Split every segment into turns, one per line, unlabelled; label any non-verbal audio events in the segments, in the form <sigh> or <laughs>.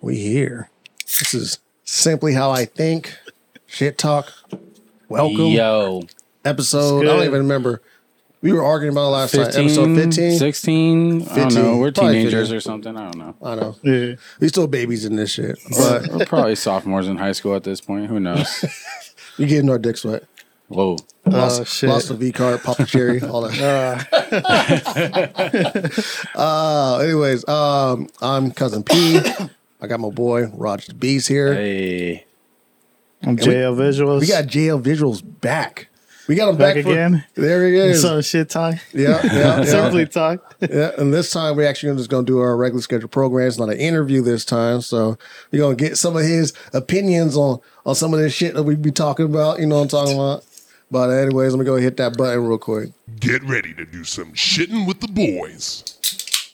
We here. This is simply how I think. Shit talk. Welcome.
Yo,
Episode. I
It's
don't
good.
even remember. We were arguing about it last time.
15,
Episode 15.
16. I don't
15,
know. We're
probably
teenagers
15.
or something. I don't know.
I know.
Yeah.
We still babies in this shit.
<laughs>
But
We're probably sophomores in high school at this point.
<laughs>
Who knows?
we getting our dicks wet.
Whoa.
Lost,
Oh, shit.
lost the V card, popped the cherry, all that. <laughs>
Uh,
Uh, anyways, um, I'm cousin P. I got my boy Roger the Beast here.
Hey.
I'm JL Visuals.
We got JL Visuals back. We got him back,
Back
for-
again?
there he is.
<laughs> some shit talk.
Yeah, <laughs> yeah,
<laughs>
yeah,
Simply talk.
yeah. And this time we're actually just going to do our regular scheduled program. It's not an interview this time, so we're going to get some of his opinions on on some of this shit that we be talking about. You know what I'm talking about? But anyways, let me go hit that button real quick.
Get ready to do some shitting with the boys.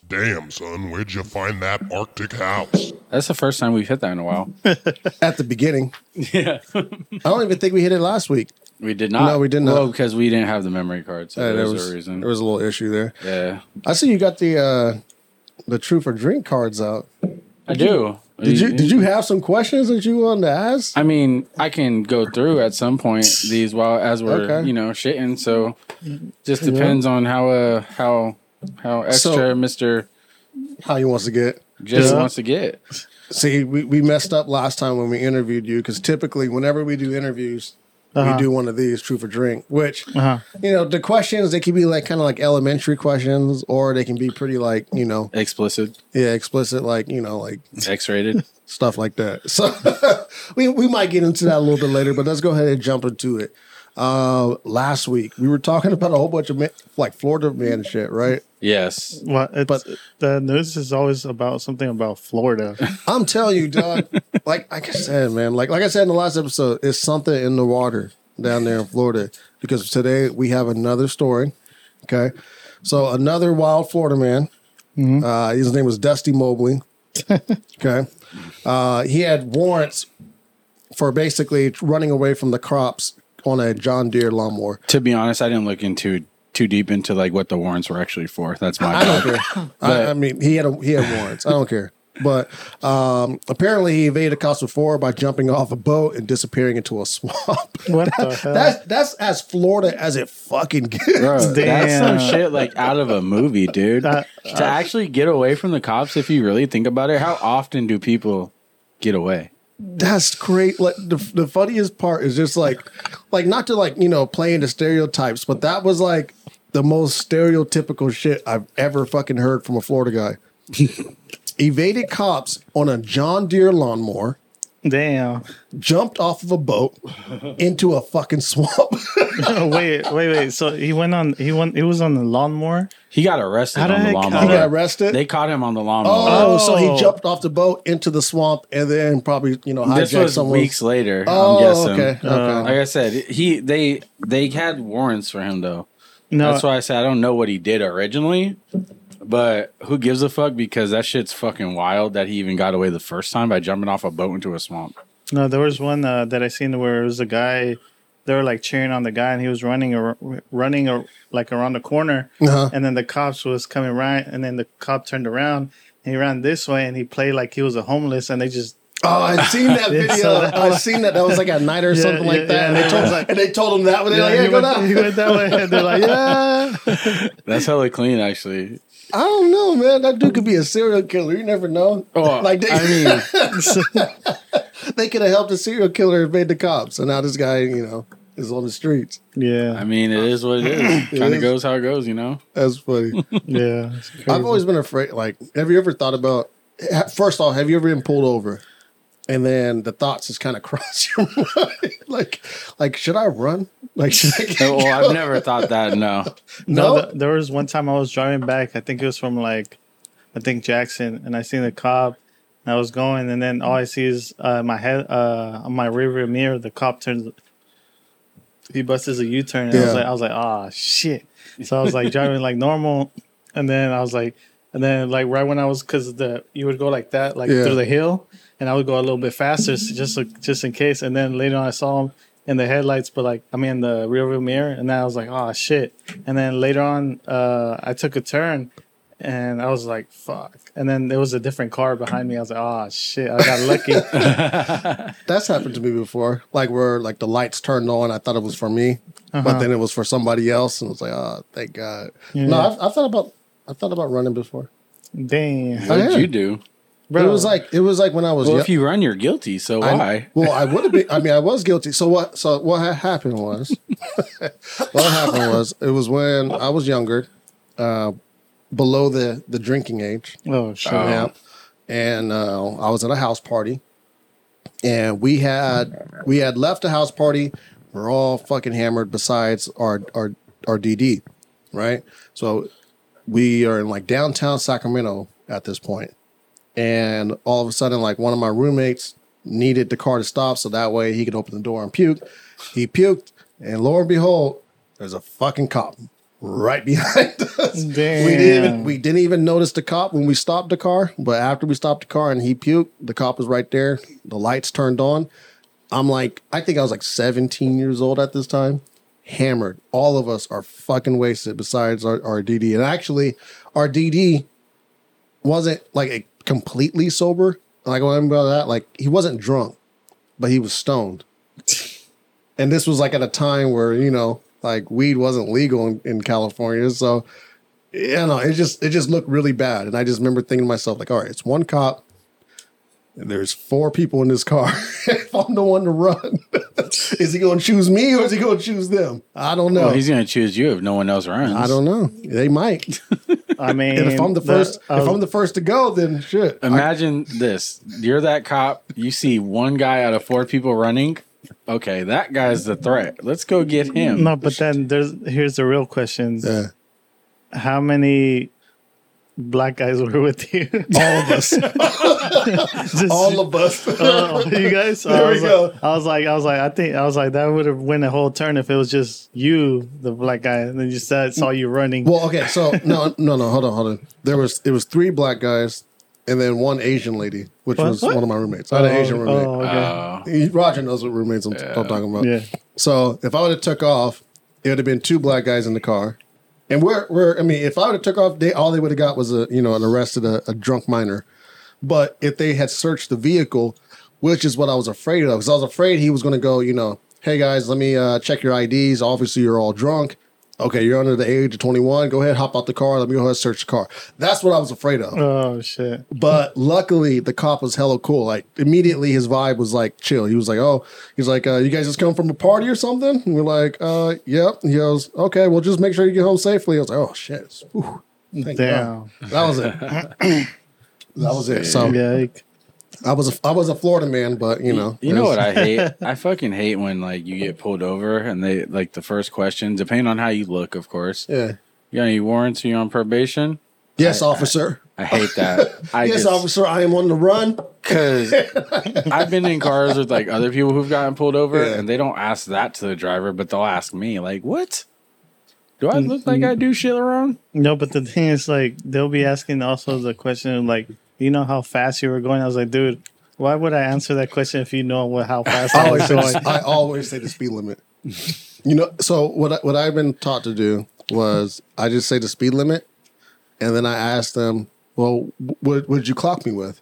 Damn, son, where'd you find that Arctic house?
That's the first time we've hit that in a while.
At the beginning,
<laughs> yeah.
I don't even think we hit it last week.
We did not.
No, we did not.
Well, because we didn't have the memory card. So
Uh,
<laughs> there
there
was
was
a reason.
there was a little issue there.
yeah.
I see you got the uh the truth or drink cards out.
I do.
Did you did you have some questions that you wanted to ask?
I mean, I can go through at some point these while as we're
Okay.
you know shitting. So, just depends on how uh how how extra
So-
Mister
How you wants to get?
Jay
Yeah.
wants to get.
See, we, we messed up last time when we interviewed you because typically whenever we do interviews,
Uh-huh.
we do one of these truth or drink, which
<laughs> Uh-huh.
you know the questions they can be like kind of like elementary questions or they can be pretty like you know
Explicit,
yeah explicit like you know like
<laughs> X-rated.
stuff like that. <laughs> So we, we might get into that a little bit later, but let's go ahead and jump into it. Uh, last week we were talking about a whole bunch of ma- like Florida man shit, right?
yes.
Well, it's,
But-
the news is always about something
<laughs>
about Florida.
I'm telling you, dog. like like I said, man. Like like I said in the last episode, it's something in the water down there in Florida because today we have another story. Okay, so another wild Florida man. Uh, his name was Dusty Mobley. okay, uh, he had warrants for basically running away from the crops on a John Deere lawnmower.
To be honest, I didn't look into too deep into like what the warrants were actually for. That's my
I don't
bad.
care. I, I mean, he had a, he had warrants. I don't care. But um, apparently, he evaded cops before by jumping off a boat and disappearing into a <laughs> swamp.
What
<laughs>
the hell?
That's that's as Florida as it fucking gets.
Bro, that's some
Damn.
shit like out of a movie, dude.
That-
to actually get away from the cops, if you really think about it, how often do people get away?
That's great. Like the, the funniest part is just like, like not to like you know play into stereotypes, but that was like the most stereotypical shit I've ever fucking heard from a Florida guy. evaded cops on a John Deere lawnmower.
Damn. <laughs>
jumped off of a boat into a fucking swamp. <laughs>
wait, wait, wait. So he went on. He went. He was on the lawnmower.
He got arrested
How the
on the
heck-
lawnmower.
he got arrested.
They caught him on the lawnmower.
oh, so
Oh.
he jumped off the boat into the swamp and then probably you know
this
hijacked
was
someone.
weeks later.
Oh,
I'm guessing. Uh,
okay, okay.
Like I said, he they they had warrants for him though.
No,
That's why I said I don't know what he did originally, but who gives a fuck? Because that shit's fucking wild that he even got away the first time by jumping off a boat into a swamp.
no. There was one uh, that I seen where it was a guy. They were like cheering on the guy, and he was running, ar- running, ar- like around the corner,
Uh-huh.
and then the cops was coming right, and then the cop turned around. And he ran this way, and he played like he was a homeless, and they just
Oh, I've seen that video.
so that-
I've seen that. That was like at night or
Yeah,
something
yeah,
like that.
yeah,
and, they
that
told,
was
and they told him that, but they're like,
he
"Yeah, go
went, <laughs>
<laughs>
he
down."
went that way, and they're like, yeah.
That's hella clean, actually.
I don't know, man. That dude could be a serial killer. You never know.
Oh,
<laughs> like they,
I mean,
they could have helped a serial killer evade the cops, and now this guy, you know, is on the streets.
I
<laughs> Yeah,
mean, it is what it is.
is.
Kind of goes how it goes, you know.
That's funny.
yeah. it's
I've
crazy.
always been afraid. Like, have you ever thought about? ha- First off, have you ever been pulled over, and then the thoughts just kind of <laughs> cross your mind, like, like should I run? Like, should I get
Well, I've never thought that. No,
No,
No?
th- there was one time I was driving back. I think it was from like, I think Jackson, and I seen the cop. And I was going, and then all I see is uh, my head uh, on my rear view mirror. The cop turns. He busts a U turn, and I was
Yeah.
like, I was like, ah, shit. So I was like driving like normal, and then I was like, and then like right when I was, cause the you would go like that, like
Yeah.
through the hill, and I would go a little bit faster s- just so- just in case. And then later on, I saw him in the headlights, but like I mean in the rear view mirror, and then I was like, oh shit. And then later on, uh, I took a turn, and I was like, "Fuck!" And then there was a different car behind me. I was like, "Oh shit!" I got
<laughs>
lucky. uh
That's happened to me before. Like where like the lights turned on, I thought it was for me,
Uh-huh.
but then it was for somebody else, and I was like, oh, thank God. No,
Yeah.
I've, I've thought about I thought about running before.
Damn,
What
yeah.
did you do?
But it was like it was like when I was
Well,
yo-
if you run, you're guilty. So
I-
why?
<laughs> well, I would have been. I mean, I was guilty. So what? So what ha- happened was, <laughs> what happened was, it was when I was younger, uh, below the the drinking age.
oh shit.
Oh.
Yeah, and uh, I was at a house party, and we had we had left the house party. We're all fucking hammered. Besides our our our DD, right? So we are in like downtown Sacramento at this point, and all of a sudden, like one of my roommates needed the car to stop so that way he could open the door and puke. He puked, and lo and behold, there's a fucking cop right <laughs> behind us.
Damn.
We didn't even we didn't even notice the cop when we stopped the car, but after we stopped the car and he puked, the cop was right there. The lights turned on. I'm like, I think I was like 17 years old at this time. Hammered. All of us are fucking wasted besides our, our DD. And actually, our DD wasn't like a completely sober. Like what I mean by that, like he wasn't drunk, but he was stoned. And this was like at a time where, you know, like weed wasn't legal in, in California. So you know, it just it just looked really bad. And I just remember thinking to myself, like, all right, it's one cop. And there's four people in this car. <laughs> if I'm the one to run, <laughs> is he gonna choose me or is he gonna choose them? I don't know.
Well, he's gonna choose you if no one else runs.
I don't know. They might.
I mean, uh,
And <laughs> if I'm the first,
I
if I'm
was-
the first to go, then shit.
Um,
I-
Imagine this: you're that cop. You see one guy out of four people running. Okay, that guy's the threat. Let's go get him.
no, but then there's here's the real questions.
Yeah.
How many black guys were with you?
all of
<laughs>
us,
Just-
all of us.
Oh, you guys.
There
I
we
was
go.
Like, I was like, I was like, I think I was like that would have went a whole turn if it was just you, the black guy, and then you said saw you running.
well, okay, so no, no, no. Hold on, hold on. There was it was three black guys and then one Asian lady, which
What?
was
What?
one of my roommates. I had an Asian roommate.
Oh, okay.
Oh,
He- Roger knows what roommates I'm, I'm talking about.
Yeah.
So if I would have took off, it would have been two black guys in the car, and we're we're. I mean, if I would have took off, they all they would have got was a you know an arrested a, a drunk minor. But if they had searched the vehicle, which is what I was afraid of, because I was afraid he was going to go, you know, hey guys, let me uh, check your IDs. Obviously, you're all drunk. Okay, you're under the age of 21. Go ahead, hop out the car. Let me go ahead and search the car. That's what I was afraid of.
Oh shit.
But luckily, the cop was hella cool. Like immediately, his vibe was like chill. He was like, "Oh, he's like, uh, you guys just come from a party or something?" And we're like, "Uh, yep." He goes, "Okay, well, just make sure you get home safely." I was like, "Oh shit!" Whew. Thank
Damn.
God. that was it. that was it. So
Yeah. like-
I was a, I was a Florida man, but you know,
You know
it
what I
<laughs>
hate? I fucking hate when like you get pulled over and they like the first question, depending on how you look, of course.
was- yeah.
You got any warrants? Are you on probation?
Yes, officer.
I hate that.
<laughs>
I
yes,
just,
officer. I am on the run.
Because I've been in cars with like other people who've gotten pulled over
Yeah.
and they don't ask that to the driver, but they'll ask me, like, what? Do
Mm,
I look like I do shit wrong?
No, but the thing is, like, they'll be asking also the question of, like, you know how fast you were going. I was like, dude, why would I answer that question if you know what how fast
I
I
always
was
say
going?
the, I always say the speed limit. You know, so what I, what I've been taught to do was I just say the speed limit, and then I ask them, "Well, what would you clock me with?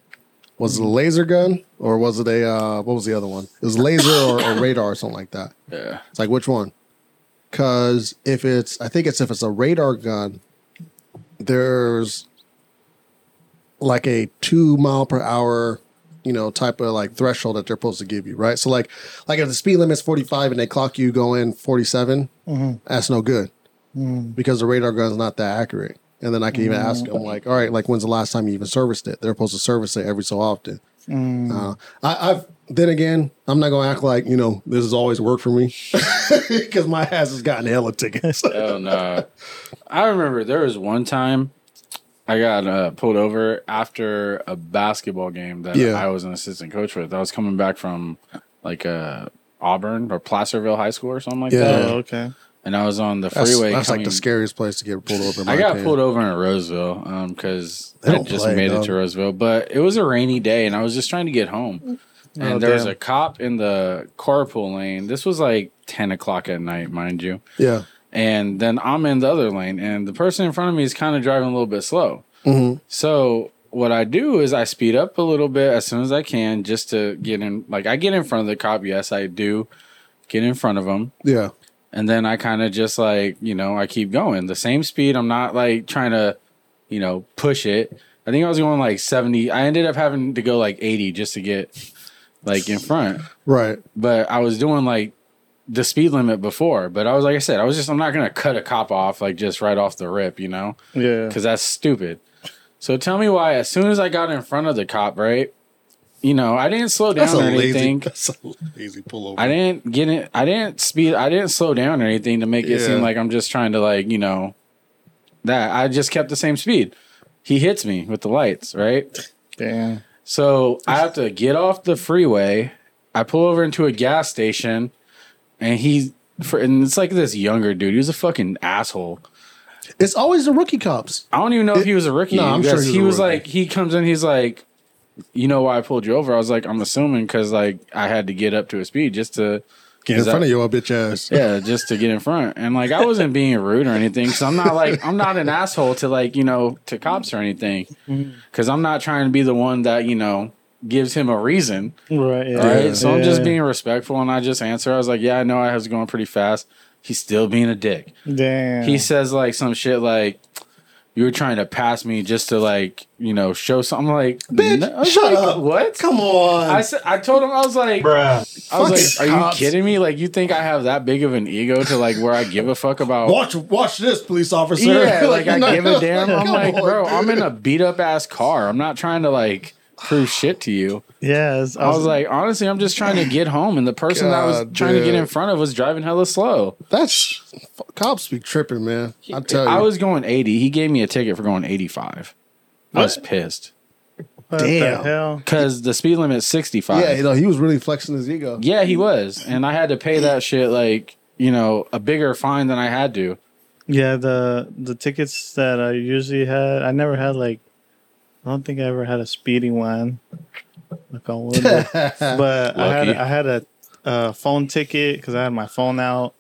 Was it a laser gun or was it a uh, what was the other one? It was laser or, or radar or something like that."
Yeah.
It's like which one? Because if it's, I think it's if it's a radar gun, there's like a two mile per hour, you know, type of like threshold that they're supposed to give you, right? So like, like if the speed limit's 45 and they clock you going 47, that's no good because the radar gun's not that accurate. And then I can even ask them like, all right, like when's the last time you even serviced it? They're supposed to service it every so often. Uh, I, I've then again, I'm not gonna act like you know this has always worked for me <laughs> because my ass has gotten hella tickets. <laughs>
Hell no. I remember there was one time I got uh, pulled over after a basketball game that
Yeah.
I was an assistant coach with. I was coming back from like uh, Auburn or Placerville High School or something like
Yeah.
that.
Oh, okay.
And I was on the
that's
freeway.
that's like
coming-
the scariest place to get pulled over. in my
I got
opinion.
pulled over in Roseville because
They
I
don't
just
play,
made
dog.
it to Roseville, but it was a rainy day and I was just trying to get home. And
Oh,
there was
damn.
a cop in the carpool lane. This was like 10 o'clock at night, mind you.
Yeah,
And then I'm in the other lane and the person in front of me is kind of driving a little bit slow.
Mm-hmm.
So what I do is I speed up a little bit as soon as I can just to get in. Like I get in front of the cop. Yes, I do get in front of him.
Yeah.
And then I kind of just like, you know, I keep going the same speed. I'm not like trying to, you know, push it. I think I was going like 70. I ended up having to go like 80 just to get like in front.
Right.
But I was doing like the speed limit before. But I was, like I said, I was just, I'm not going to cut a cop off like just right off the rip, you know?
Yeah.
because that's stupid. So tell me why, as soon as I got in front of the cop, right? You know, I didn't slow down
That's a
or
lazy.
anything.
That's a lazy pullover.
I didn't get it. I didn't speed. I didn't slow down or anything to make it
Yeah.
seem like I'm just trying to like you know that. I just kept the same speed. He hits me with the lights, right?
Damn.
So I have to get off the freeway. I pull over into a gas station, and he for and it's like this younger dude. He was a fucking asshole.
It's always the rookie cops.
I don't even know if he was a rookie.
No, I'm
because
sure he was
he
a
was
rookie.
like he comes in, he's like, you know why I pulled you over? I was like, I'm assuming because like I had to get up to a speed just to
Get in
Is that-
front of your bitch ass.
yeah just to get in front. And like I wasn't being rude or anything because I'm not like I'm not an asshole to like you know to cops or anything because I'm not trying to be the one that you know gives him a reason.
Right. Yeah.
Right. So I'm just
Yeah.
being respectful and I just answer. I was like, yeah, I know I was going pretty fast. He's still being a dick
Damn.
he says like some shit like you were trying to pass me just to like you know show something I'm like
Bitch,
"No." I was
shut
like,
up.
what
Come on.
I said I told him I was like I was
Fucking
like are
cops.
you kidding me like you think I have that big of an ego to like where I give a fuck about
watch, watch this, police officer. <laughs>
yeah like I
no,
give a damn I'm
come
like
on,
bro
dude.
I'm in a beat up ass car I'm not trying to like prove shit to you
yes.
I was like honestly I'm just trying to get home and the person that I was
God,
trying to get
dude.
in front of was driving hella slow
That's cops be tripping, man. I tell you,
I was going 80 he gave me a ticket for going 85 I was pissed
what
damn.
the hell?
Because the speed limit's 65.
yeah,
Yeah,
you know, he was really flexing his ego.
he was. And I had to pay that shit like, you know, a bigger fine than I had to.
<laughs>
Yeah, the the tickets that I usually had, I never had like, I don't think I ever had a speeding one. Like
<laughs>
on
<laughs>
wood, but but I had
Lucky.
I had a, a phone ticket because I had my
<laughs>
phone out.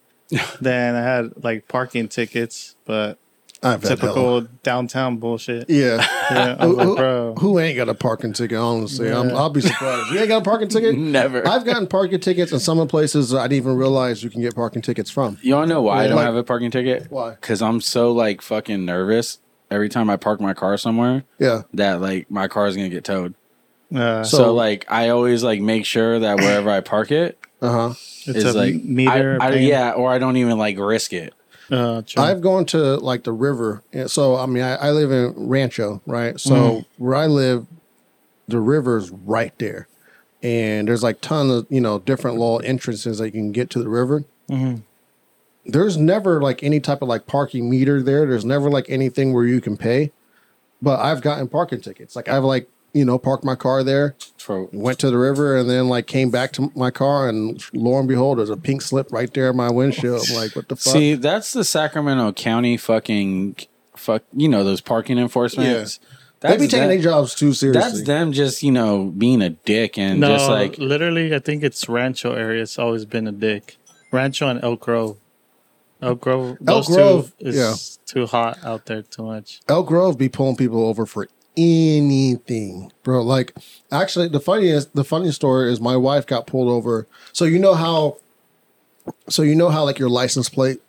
then I had like parking tickets, but
I've had hella-
typical
<laughs>
downtown bullshit.
Yeah.
Yeah, I
Who,
was like,
who,
bro,
who ain't got a parking ticket? Honestly, I'm,
Yeah.
I'll be surprised. You ain't got a parking ticket?
Never.
I've gotten parking tickets in some places I didn't even realize you can get parking tickets from.
Y'all know why I
Yeah.
don't
Like-
have a parking ticket?
Why?
Because I'm so like fucking nervous every time I park my car somewhere
Yeah,
that like my car is going to get towed.
uh,
So,
So-
like I always like make sure that wherever I park it
uh huh.
is
it's a
like
meter.
I- I-
paying-
yeah, or I don't even like risk it.
uh, true.
I've gone to like the river. and So I mean, I, I live in Rancho, right? So where I live, the river's right there, and there's like ton of you know different little entrances that you can get to the river. There's never like any type of like parking meter there. There's never like anything where you can pay. But I've gotten parking tickets. Like I've like you know parked my car there,
For,
went to the river, and then like came back to my car, and lo and behold, there's a pink slip right there in my windshield. I'm like, what the fuck?
See, that's the Sacramento County fucking fuck. You know those parking enforcements.
they be
That's
taking
that-
their jobs too seriously.
That's them just, you know, being a dick and
no,
just like
literally, I think it's Rancho area. It's always been a dick. Rancho and Elk Grove. Elk Grove. Those
Grove,
two is
yeah.
too hot out there. Too much.
Elk Grove be pulling people over for anything, bro. Like, actually, the funniest the funniest story is my wife got pulled over. So you know how, so you know how like your license plate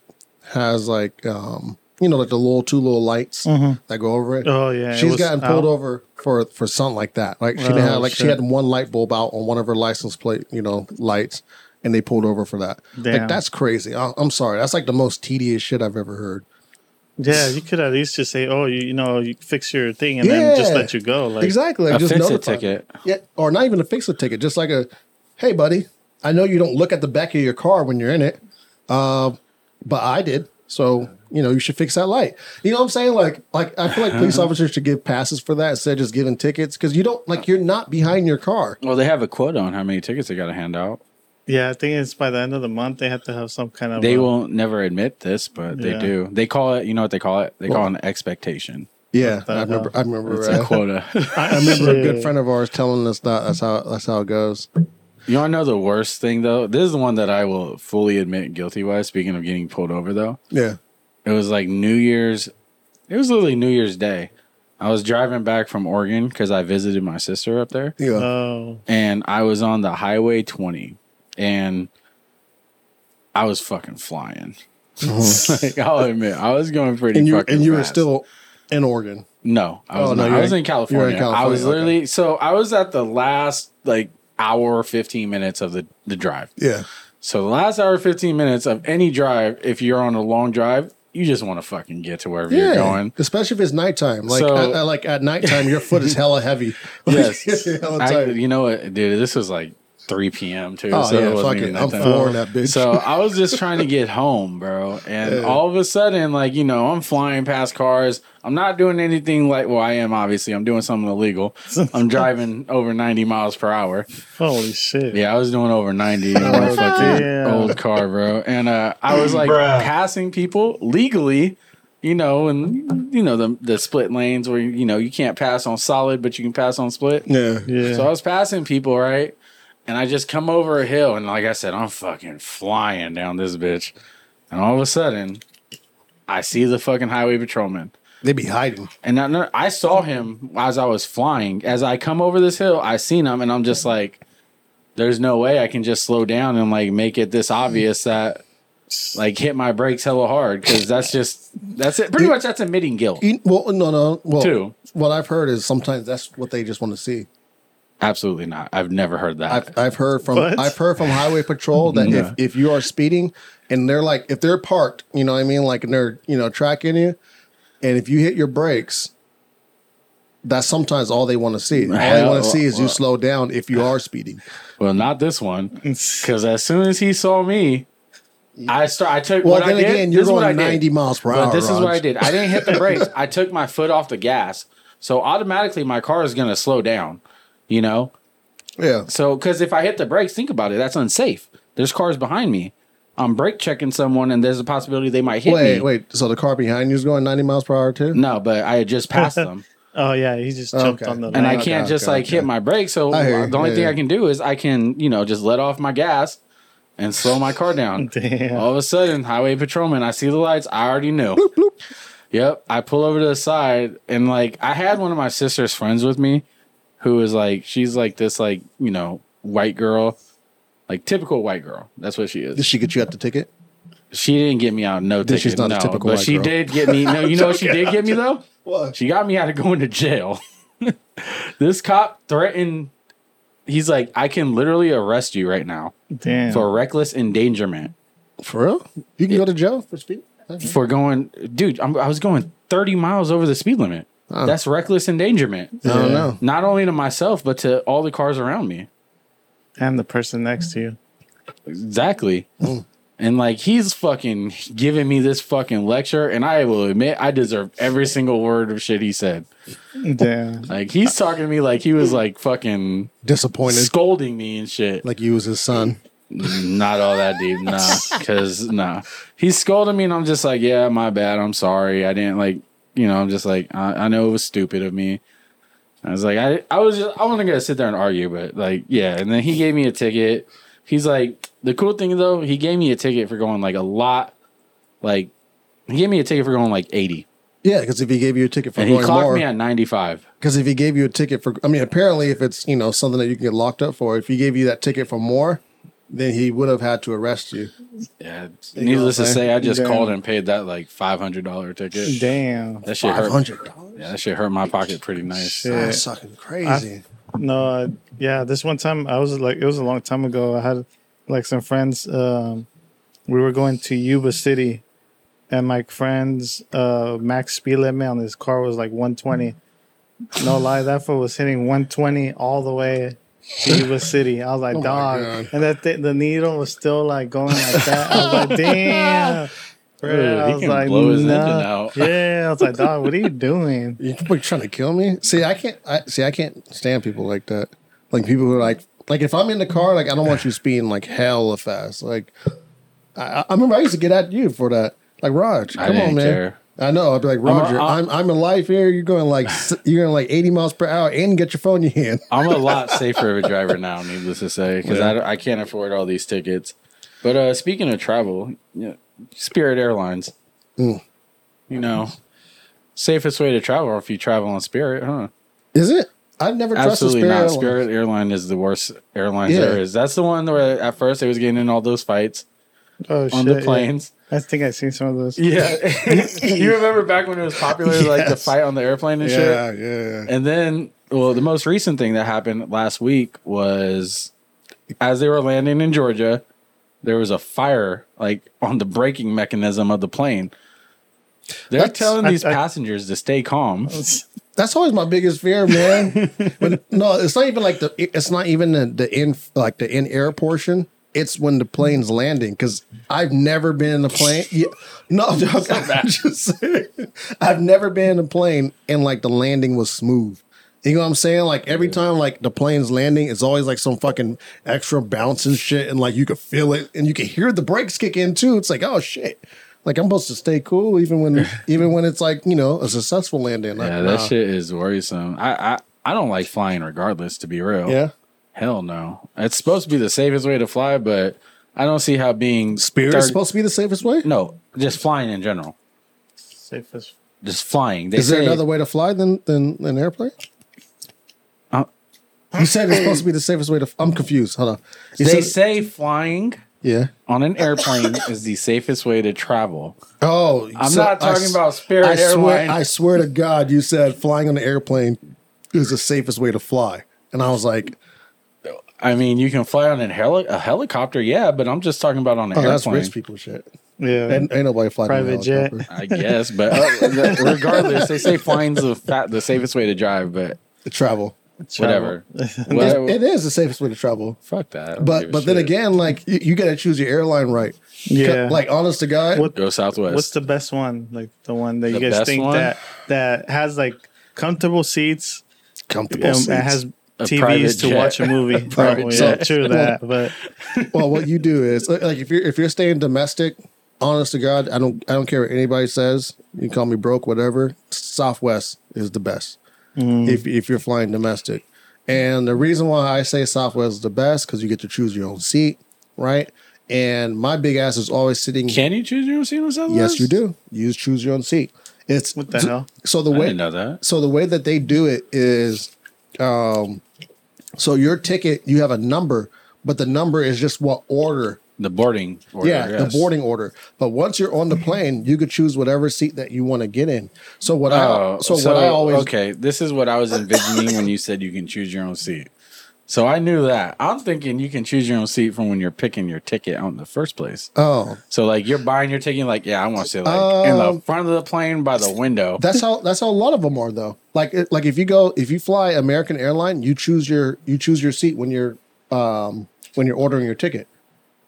has like um you know like the little two little lights that go over it.
Oh yeah, it
She's
was
gotten pulled
out.
over for for something like that. Like she didn't
Oh,
have like she
shit.
had one light bulb out on one of her license plate, you know, lights, and they pulled over for that. Like
Damn.
that's crazy. I, I'm sorry, that's like the most tedious shit I've ever heard.
Yeah, you could at least just say, "Oh, you, you know, you fix your thing," and then just
Yeah.
let you go. Like,
exactly.
a
Like, just
fix it
notify.
ticket.
Yeah, or not even a fix a ticket, just like a, hey buddy, I know you don't look at the back of your car when you're in it, uh, but I did, so you know you should fix that light. You know what I'm saying? Like, like I feel like police
<laughs>
officers should give passes for that instead of just giving tickets because you don't like you're not behind your car.
Well, they have a quota on how many tickets they got to hand out.
Yeah, I think it's by the end of the month they have to have some kind of.
They
uh,
won't never admit this, but they
Yeah.
do. They call it. You know what they call it? They call it an expectation.
Yeah, I
hell?
remember. I remember.
It's
uh, <laughs>
a
<laughs>
quota.
I
remember a good friend of ours telling us that that's how that's how it goes.
you all know the worst thing though. This is the one that I will fully admit guilty wise. Speaking of getting pulled over though,
Yeah.
it was like New Year's. It was literally New Year's Day. I was driving back from Oregon because I visited my sister up there,
Yeah.
Oh,
and I was on the highway 20, and I was
<laughs>
fucking flying. <laughs> like, I'll admit, I was going pretty.
and you
fucking
and you were
fast.
still in Oregon.
No, I was,
Oh, no,
not.
you're
I was
in-
in California. I
California,
was
okay.
literally so I was at the last like hour fifteen minutes of the the drive.
Yeah.
So the last hour fifteen minutes of any drive, if you're on a long drive, you just want to fucking get to wherever you're going.
Especially if it's nighttime. Like
So-
at, at- like at nighttime, your foot is hella
<laughs>
heavy. <laughs>
Yes.
hella
I,
tight.
you know what, dude? This was like three p.m. too.
oh
so it
yeah,
wasn't
fuck
even
it.
that
I'm
time.
flooring that bitch.
So I was just trying to get home, bro. And all of a sudden, like, you know, I'm flying past cars. I'm not doing anything like, well, I am obviously. I'm doing something illegal.
<laughs>
I'm driving over 90 miles per hour.
holy shit!
Yeah, I was doing over 90 in my fucking
damn.
old car, bro. And uh, I was like
Bruh.
passing people legally, you know, and, you know, the, the split lanes where, you know, you can't pass on solid, but you can pass on split.
yeah.
yeah.
So I was passing people, right? And I just come over a hill, and like I said, I'm fucking flying down this bitch. And all of a sudden, I see the fucking highway patrolman.
They be hiding.
And I, no, I saw him as I was flying. As I come over this hill, I seen him, and I'm just like, there's no way I can just slow down and like make it this obvious that like hit my brakes hella hard because that's just that's it. Pretty much that's admitting guilt.
You- well, no, no. Well,
Two.
what I've heard is sometimes that's what they just want to see.
Absolutely not. I've never heard that.
I've, I've heard from
What?
I've heard from Highway Patrol that
Mm-hmm. Yeah.
if, if you are speeding and they're like if they're parked, you know what I mean, like and they're you know tracking you, and if you hit your brakes, that's sometimes all they want to see. All they want to see is you slow down if you are speeding.
Well, not this one, because as soon as he saw me, I start. I took.
Well,
what
then
I did,
again, you're
this is what I
going
did.
90 miles per
But
hour.
this is what I
Raj.
did. I didn't hit the
<laughs>
brakes. I took my foot off the gas, so automatically my car is going to slow down. You know,
Yeah,
so because if I hit the brakes, think about it. That's unsafe. There's cars behind me. I'm brake checking someone, and there's a possibility they might <laughs> hit
wait,
me.
wait. So the car behind you is going 90 miles per hour too?
No, but I had just
<laughs>
passed them,
oh yeah, he just jumped
Okay.
on the.
and I
line.
can't
okay,
just like
okay.
hit my brakes. So
I hear you.
the only
Yeah,
thing
yeah.
I can do is I can, you know, just let off my gas and slow my car
<laughs>
down.
<laughs> Damn.
All of a sudden, highway patrolman, I see the lights. I already knew. Yep. I pull over to the side and like I had one of my sister's friends with me who was like, she's like this, like, you know, white girl, like typical white girl. That's what she
Did
is.
she get you up the ticket?
She didn't get me out. No,
Then
ticket,
she's not a
no,
typical
But
white
she
girl.
did get me. No, you know what she did get me though?
<laughs> What?
She got me out of going to jail. <laughs> this cop threatened, he's like, I can literally arrest you right now
Damn.
for reckless endangerment.
For real? You can go to jail for speeding.
for going, dude. I'm, I was going 30 miles over the speed limit. That's reckless endangerment.
I don't know.
Not only to myself, but to all the cars around me.
Damn the person next to you.
Exactly. And like he's fucking giving me this fucking lecture, and I will admit I deserve every single word of shit he said. <laughs>
Damn.
Like he's talking to me like he was like fucking
Disappointed,
scolding me and shit.
like you was his son.
Not all that deep, nah. Cause nah, he's scolding me, and I'm just like, yeah, my bad. I'm sorry. I didn't like, you know. I'm just like, I, I know it was stupid of me. I was like, I, I was just, I wasn't gonna sit there and argue, but like, yeah. And then he gave me a ticket. He's like, the cool thing though, he gave me a ticket for going like a lot, like he gave me a ticket for going like 80,
Yeah, because if he gave you a ticket for
and he
going
clocked
more,
me at 95.
Because if he gave you a ticket for, I mean, apparently, if it's you know something that you can get locked up for, if he gave you that ticket for more, then he would have had to arrest you.
Yeah.
You know what
Needless
I'm
to say, I just
Damn.
called and paid that like five hundred dollar ticket.
Damn.
That shit
Five
hurt.
hundred dollars.
Yeah, that shit hurt my pocket pretty nice.
Shit.
That's fucking crazy.
No, uh, yeah, this one time I was like, it was a long time ago. I had like some friends. Um, we were going to Yuba City, and my friend's uh, max speed limit on his car was like 120. No lie, that fool was hitting 120 all the way to Yuba City. I was like,
Oh my
dog,
God.
and that thi- the needle was still like going like that. I was like, damn.
<laughs>
Bro,
Dude, he
I was
can
like,
blow his engine
nah.
out.
yeah, I was like, dog, what are you doing?
<laughs>
you are trying to kill me? See, I can't. I see, I can't stand people like that. Like people who are like, like if I'm in the car, like I don't want you speeding like hella fast. Like I- I, I remember I used to get at you for that. Like Raj, come
I
on,
didn't
man.
care.
I know. I'd be like
a-
Roger. I'm, I'm in life here. You're going like
<sighs>
s- you're going like 80 miles per hour and get your phone in your hand.
<laughs> I'm a lot safer of a driver now, needless to say, because I, don't- I can't afford all these tickets. But uh,
Mm.
speaking of travel, yeah, Spirit Airlines, you know, safest way to travel if you travel on Spirit, huh?
Is it? I've never trusted
Absolutely
Spirit.
not.
Airlines.
Spirit Airline is the worst airline
Yeah.
there is. That's the one where at first they was getting in all those fights
Oh
on the
yeah.
planes.
I think I've seen some of those.
Yeah, <laughs> you remember back when it was popular, like the
Yes.
fight on the airplane and shit.
Yeah, yeah.
And then, well, the most recent thing that happened last week was as they were landing in Georgia, there was a fire like on the braking mechanism of the plane. They're
That's-
telling
I-
these
I-
passengers to stay calm.
That's always my biggest fear, man. when, no, it's not even like the it's not even the, the in like the in air portion. It's when the plane's landing because I've never been in a plane. Yeah, no, I'm just, <laughs> I'm just saying. I've never been in a plane and like the landing was smooth. You know what I'm saying? Like every time like the plane's landing, it's always like some fucking extra bounce and shit, and like you could feel it and you can hear the brakes kick in too. It's like oh shit. Like I'm supposed to stay cool even when even when it's like you know a successful landing. Like,
Yeah, that
nah.
shit is worrisome. I, I I don't like flying regardless, to be real.
Yeah.
Hell no. It's supposed to be the safest way to fly, but I don't see how being
Spirit
third-
is supposed to be the safest way.
no, just flying in general.
Safest.
Just flying. They
Is there
say-
another way to fly than than an airplane?
Uh,
you said it's supposed to be the safest way to. I'm confused. Hold on. You
they
said-
say flying
yeah.
on an airplane is the safest way to travel.
Oh,
I'm
so
not
I
talking
s-
about Spirit
I
Airline.
swear, I swear to God, you said flying on an airplane is the safest way to fly, and I was like,
I mean, you can fly on an heli- a helicopter, yeah, but I'm just talking about on an
"Oh, that's
airplane.
rich people shit."
Yeah.
And ain't nobody flying on a
Private jet.
helicopter.
I guess, but uh, regardless, they say flying's the fat, the safest way to drive, but
Travel. <laughs>
whatever.
It-
Whatever.
it is the safest way to travel.
Fuck that. I don't give
But
a
but then
shit.
again, like you, you got to choose your airline right.
Yeah.
Like honest to God,
What-
go Southwest.
What's the best one? Like the one that
The
you guys
best
think
one?
that that has like comfortable seats
comfortable
and
seats.
um, it has
A private
TVs to
jet.
watch
<laughs>
a movie.
private
probably.
jet.
Yeah,
<laughs>
true that. But
well, what you do is like if you're if you're staying domestic, honest to God, I don't I don't care what anybody says. You can call me broke, whatever. Southwest is the best
Mm.
if if you're flying domestic. And the reason why I say Southwest is the best because you get to choose your own seat, right? And my big ass is always sitting.
Can you choose your own seat on
yes,
Southwest?
you do. You choose your own seat. It's
what the hell?
so the
I
way
didn't know that.
so the way that they do it is um so your ticket you have a number but the number is just what order
The boarding. Order,
yeah
yes.
the boarding order but once you're on the plane you could choose whatever seat that you want to get in so what
Oh,
i Uh, so, what i always
okay. This is what I was envisioning when you said you can choose your own seat. So I knew that. I'm thinking you can choose your own seat from when you're picking your ticket out in the first place.
oh
So like you're buying your ticket, like yeah, I want to sit like in the
Um,
front of the plane by the window.
that's how that's how a lot of them are though like it- like if you go if you fly american airline you choose your you choose your seat when you're um when you're ordering your ticket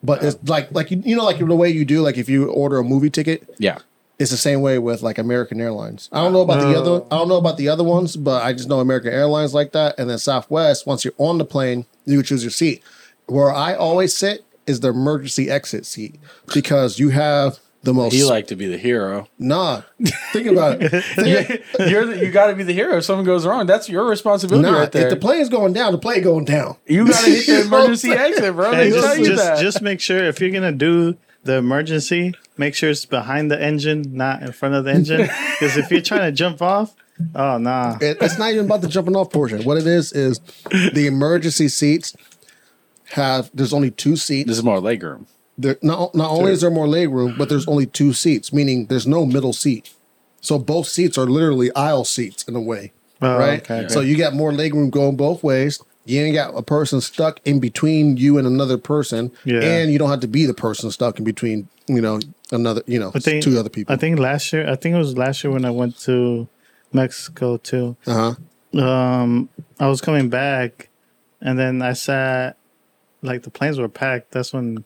but it's like like you, you know like the way you do like if you order a movie ticket
yeah,
it's the same way with like American Airlines. I don't know about the
No.
other. I don't know about the other ones, but I just know American Airlines like that. And then Southwest, once you're on the plane, you can choose your seat. Where I always sit is the emergency exit seat because you have the most.
you like to be the hero.
nah, think
<laughs>
about it.
you're the, you got to be the hero. If something goes wrong, that's your responsibility
Nah,
right
if
there.
the plane's going down, the plane going down.
you got to hit
<laughs>
the emergency exit, bro. They
And
tell
just
you
just,
that.
just make sure if you're gonna do the emergency, make sure it's behind the engine, not in front of the
<laughs>
engine. Because if you're trying to jump off, oh nah.
It, it's not even about the jumping off portion. What it is is the emergency seats have. There's only two seats.
this is more legroom.
there not not only is there more leg room, but there's only two seats, meaning there's no middle seat. So both seats are literally aisle seats in a way,
Oh,
right?
okay,
So
okay.
you got more leg room going both ways. You ain't got a person stuck in between you and another person,
Yeah.
and you don't have to be the person stuck in between, you know, another, you know,
I think-
two other people.
I think last year, I think it was last year when I went to Mexico too.
uh huh.
um I was coming back and then I sat like the planes were packed. That's when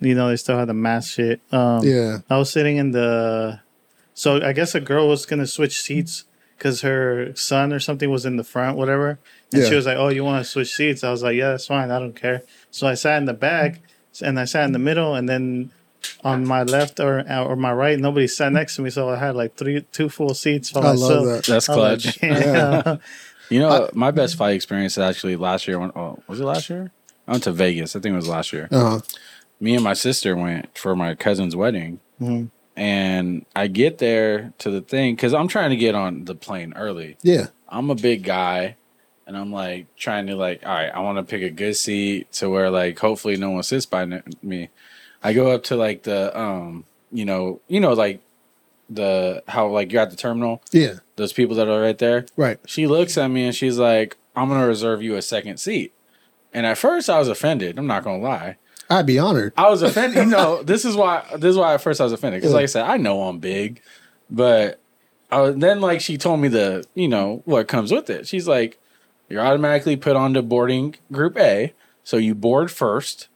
you know they still had the mask shit. Um
Yeah.
I was sitting in the so I guess a girl was gonna switch seats because her son or something was in the front, whatever. And she
Yeah.
was like, Oh, you wanna switch seats? I was like, Yeah, that's fine, I don't care. So I sat in the back and I sat in the middle and then on my left or or my right, nobody sat next to me, so I had like three two full seats for
I love
myself.
that.
That's
I was
clutch.
like, <laughs> "Damn."
You know, my best flight experience is actually last year. When, oh, was it last year? I went to Vegas. I think it was last year.
Uh huh.
Me and my sister went for my cousin's wedding, and I get there to the thing because I'm trying to get on the plane early.
Yeah.
I'm a big guy, and I'm like trying to like, all right, I want to pick a good seat to where like hopefully no one sits by ne- me. I go up to like the um, you know, you know like the how like you're at the terminal,
Yeah.
those people that are right there.
Right.
She looks at me and she's like, I'm gonna reserve you a second seat. And at first I was offended. I'm not gonna lie.
I'd be honored.
I was offended. you know, this is why this is why at first I was offended. Because
Yeah.
like I said, I know I'm big, but I was, then like she told me the you know what comes with it. She's like, you're automatically put onto boarding group A, so you board first,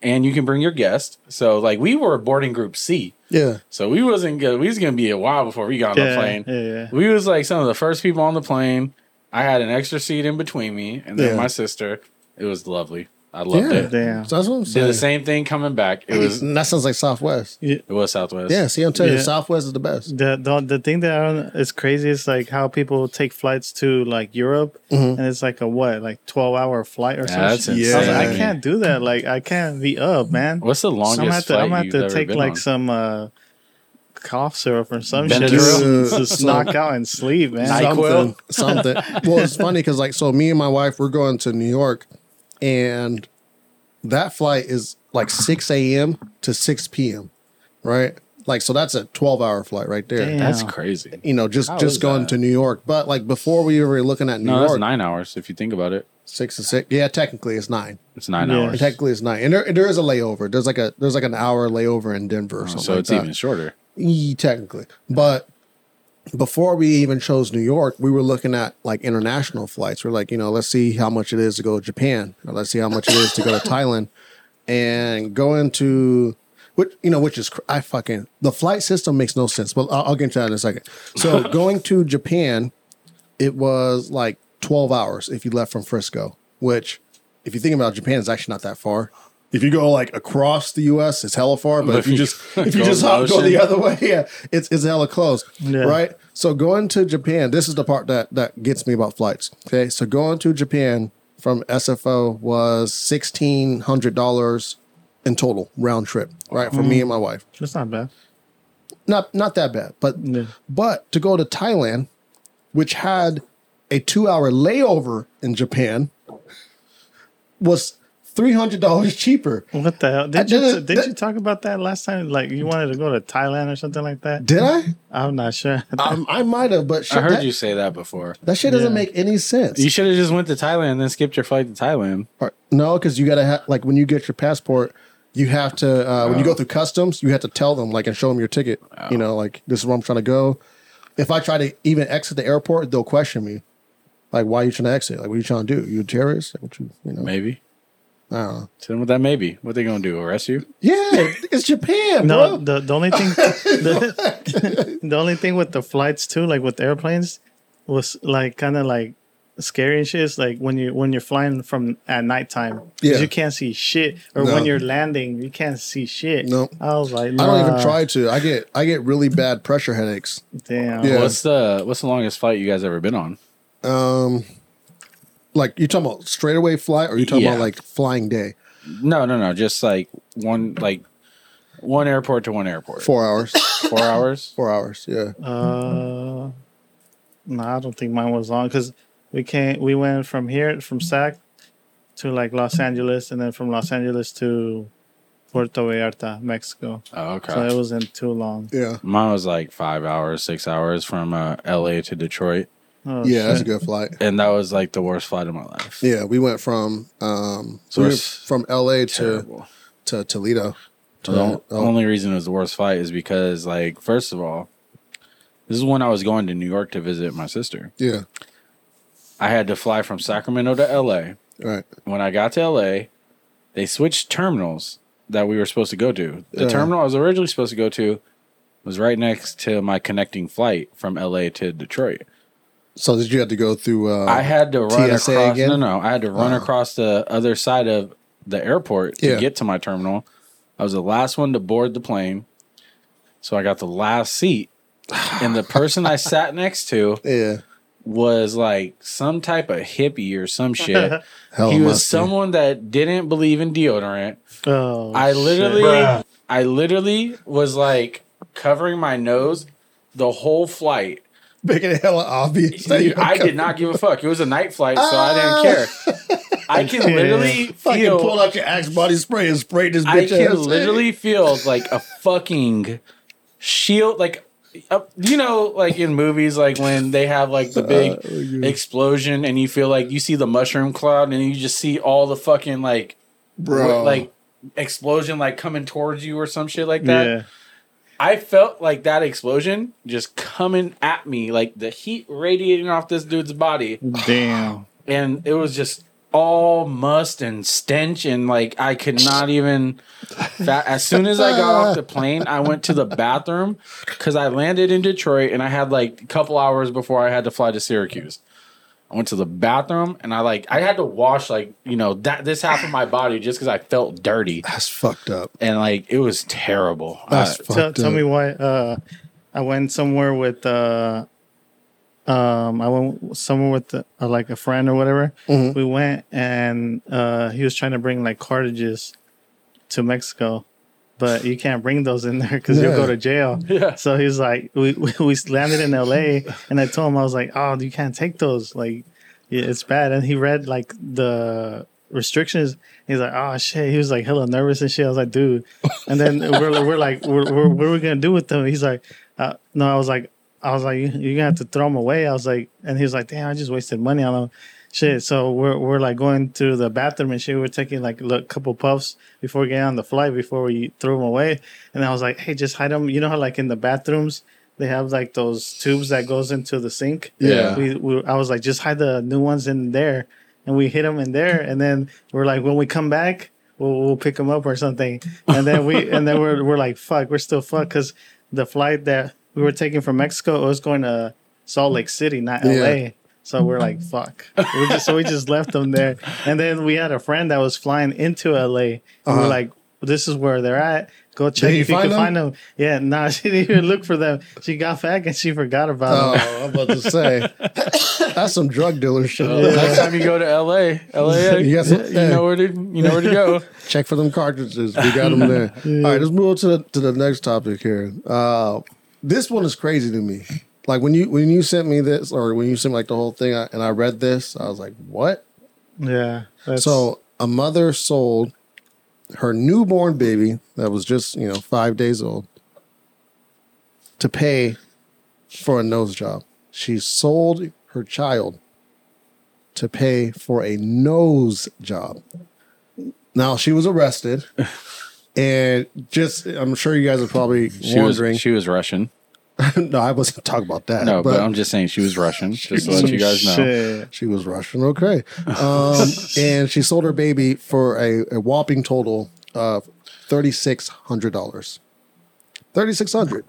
and you can bring your guest. So like we were boarding group C,
Yeah.
so we wasn't good. We was gonna be a while before we got on the plane.
Yeah, yeah.
We was like some of the first people on the plane. I had an extra seat in between me and then
Yeah.
my sister. It was lovely. I loved
Yeah.
it.
Damn.
So that's what I'm
Did
saying.
the same thing coming back. It was it
And that sounds like Southwest.
was Southwest.
Yeah. See, I'm telling you,
Yeah.
Southwest is the best.
The, the the thing that I don't is crazy is like how people take flights to like Europe
Mhm.
and it's like a what like twelve hour flight or
Yeah, that's
something. I, was like,
insane.
I can't do that. Like I can't be up, man.
What's the
So
longest
I'm gonna have to,
flight
I'm gonna have
you've
to
ever
take
been
like
on?
some uh, cough syrup or some shit.
Benadryl?
Just, <laughs> just knock out and sleep, man.
Nice.
something,
NyQuil?
<laughs> something. Well, it's funny because like so, me and my wife we're going to New York, and that flight is like six a.m. to six p.m. Right, like so that's a twelve-hour flight right there.
Damn.
That's
Yeah.
crazy.
You know, just
How is
just going
that?
to New York, but like before we were looking at New
No, that's
York,
nine hours if you think about it.
six to six. Yeah, technically it's nine.
It's nine
Yeah.
hours.
Technically it's nine, and there, there is a layover. There's like a there's like an hour layover in Denver or something.
Oh, So
like
it's
that.
even shorter.
E- technically. But before we even chose New York, we were looking at like international flights. We're like, you know, let's see how much it is to go to Japan, or let's see how much it is to go to Thailand, and go into which you know, which is cr- I fucking the flight system makes no sense. But I'll, I'll get into that in a second. So going to Japan, it was like twelve hours if you left from Frisco, which if you think about it, Japan is actually not that far. If you go like across the U.S., it's hella far. But
<laughs>
if you just if you
Go
just
to the
hop, go
ocean.
the other way, yeah, it's it's hella close,
Yeah.
right? So going to Japan, this is the part that that gets me about flights. Okay, so going to Japan from SFO was sixteen hundred dollars in total round trip, right, for me and my wife.
That's not bad.
Not not that bad, but
Yeah.
but to go to Thailand, which had a two hour layover in Japan, was three hundred dollars cheaper.
What the hell? Did
I-
you
that-
did
that-
you talk about that last time? Like you wanted to go to Thailand or something like that?
Did I?
I'm not sure. <laughs>
Um, I might have, but shit,
I heard
that,
you say that before.
that shit doesn't
Yeah.
make any sense.
You should have just went to Thailand and then skipped your flight to Thailand.
Or- No, because you gotta have like when you get your passport, you have to uh,
Oh.
when you go through customs, you have to tell them like and show them your ticket. You know, like this is where I'm trying to go. If I try to even exit the airport, they'll question me. Like, why are you trying to exit? Like, what are you trying to do? You a terrorist? Like, what you, you know?
Maybe.
I don't know.
Tell them what that may be. What they gonna do? Arrest you?
Yeah, it's Japan,
<laughs> No,
bro.
the, the only thing the, <laughs> the only thing with the flights too, like with airplanes, was like kind of like scary and shit. It's like when you when you're flying from at nighttime, 'cause
Yeah.
you can't see shit, or
No.
when you're landing, you can't see shit.
Nope.
I was like,
I don't even
nah,
try to. I get I get really bad pressure headaches.
Damn.
Yeah.
What's the what's the longest flight you guys ever been on?
Um, like you talking about straightaway flight, or you talking about
Yeah.
like flying day?
No, no, no. Just like one like one airport to one airport.
Four hours.
Four hours.
Four hours. Yeah.
Uh, no, I don't think mine was long because we came. We went from here from Sac to like Los Angeles, and then from Los Angeles to Puerto Vallarta, Mexico.
Oh, okay.
So it wasn't too long.
Yeah.
Mine was like five hours, six hours from uh, LA to Detroit.
Oh,
Yeah. That's a
shit.
good flight.
And that was like the worst flight of my life.
Yeah, we went from um
So
we went
it's
from LA to,
Terrible.
to Toledo. To,
the on-
oh,
only reason it was the worst flight is because, like, first of all, this is when I was going to New York to visit my sister.
yeah,
I had to fly from Sacramento to LA.
right.
When I got to LA, they switched terminals that we were supposed to go to. The
Yeah.
terminal I was originally supposed to go to was right next to my connecting flight from LA to Detroit.
So did you have to go through? Uh,
I had to run
TSA
across.
again?
No, no, I had to run
Oh.
across the other side of the airport to
Yeah.
get to my terminal. I was the last one to board the plane, so I got the last seat. And the person
<laughs>
I sat next to
yeah,
was like some type of hippie or some shit.
hell,
he was
must <laughs> be.
someone that didn't believe in deodorant.
Oh,
I
shit.
literally, I literally was like, covering my nose the whole flight.
Making it hella obvious. that
Dude,
you're
I
coming.
did not give a fuck. It was a night flight, so I didn't care. I can
Yeah.
literally
<laughs> Ah. fucking
feel.
pull out your Axe body spray and spray this
I
bitch.
can
ass.
literally feel like a fucking shield, like uh, you know, like in movies, like when they have like the big
Uh, you-
explosion, and you feel like you see the mushroom cloud, and you just see all the fucking like
bro.
like explosion like coming towards you or some shit like that.
Yeah.
I felt like that explosion just coming at me, like the heat radiating off this dude's body,
<sighs>
Damn.
and it was just all must and stench, and like I could not even. That, as soon as I got off the plane, I went to the bathroom because I landed in Detroit and I had like a couple hours before I had to fly to Syracuse. I went to the bathroom and I like I had to wash like you know that this half of my body just because I felt dirty
that's fucked up.
and like it was terrible.
That's
I-
fucked
Tell,
up.
tell me why uh, I went somewhere with uh, um, I went somewhere with uh, like a friend or whatever.
Mhm.
We went and uh, he was trying to bring like cartridges to Mexico, but you can't bring those in there because you'll
Yeah.
go to
<laughs>
jail.
<laughs> Yeah.
<laughs> So he's like, we, we we landed in L.A. and I told him I was like, oh, you can't take those. Like, yeah, it's bad. And he read like the restrictions. He's like, oh shit. He was like hella nervous and shit. I was like, dude. And then we're, we're like, we're, we're, what are we gonna do with them? He's like, uh, no. I was like, I was like, you, you're gonna have to throw them away. I was like, and he was like, damn, I just wasted money on them. Shit. So we're we're like going to the bathroom and shit. We're taking like a couple puffs before getting on the flight before we threw them away. And I was like, hey, just hide them. You know how like in the bathrooms they have like those tubes that goes into the sink.
Yeah.
We, we I was like, just hide the new ones in there, and we hid them in there, and then we're like, when we come back, we'll, we'll pick them up or something. And then we and then we're we're like, fuck, we're still fucked because the flight that we were taking from Mexico it was going to Salt Lake City, not
Yeah.
L.A. So we're like, fuck. We just, so we just left them there, and then we had a friend that was flying into L.A. And
Uh-huh.
We're like, this is where they're at. Go check
you
if you
find
can
them?
find them. Yeah, nah, <laughs> she didn't even look for them. She got back and she forgot about them.
Oh, I'm about to say that's some drug dealer shit.
The next time you go to LA,
You
LA, you,
got some-
know where to you know where to go.
Check for them cartridges. We got them there. All right, let's move on to the, to the next topic here. Uh, this one is crazy to me. Like when you when you sent me this, or when you sent me like the whole thing, I, and I read this, I was like, "What?"
Yeah. That's,
Oh. So a mother sold her newborn baby that was just you know five days old to pay for a nose job. She sold her child to pay for a nose job. Now she was arrested,
<laughs>
and just I'm sure you guys are probably
She was
wondering.
she was Russian.
<laughs> no, I wasn't talking about that.
No, but,
but
I'm just saying she was Russian. Just to let you guys know.
Shit.
She was Russian, okay. Um, and she sold her baby for a, a whopping total of thirty six hundred dollars. Thirty six hundred,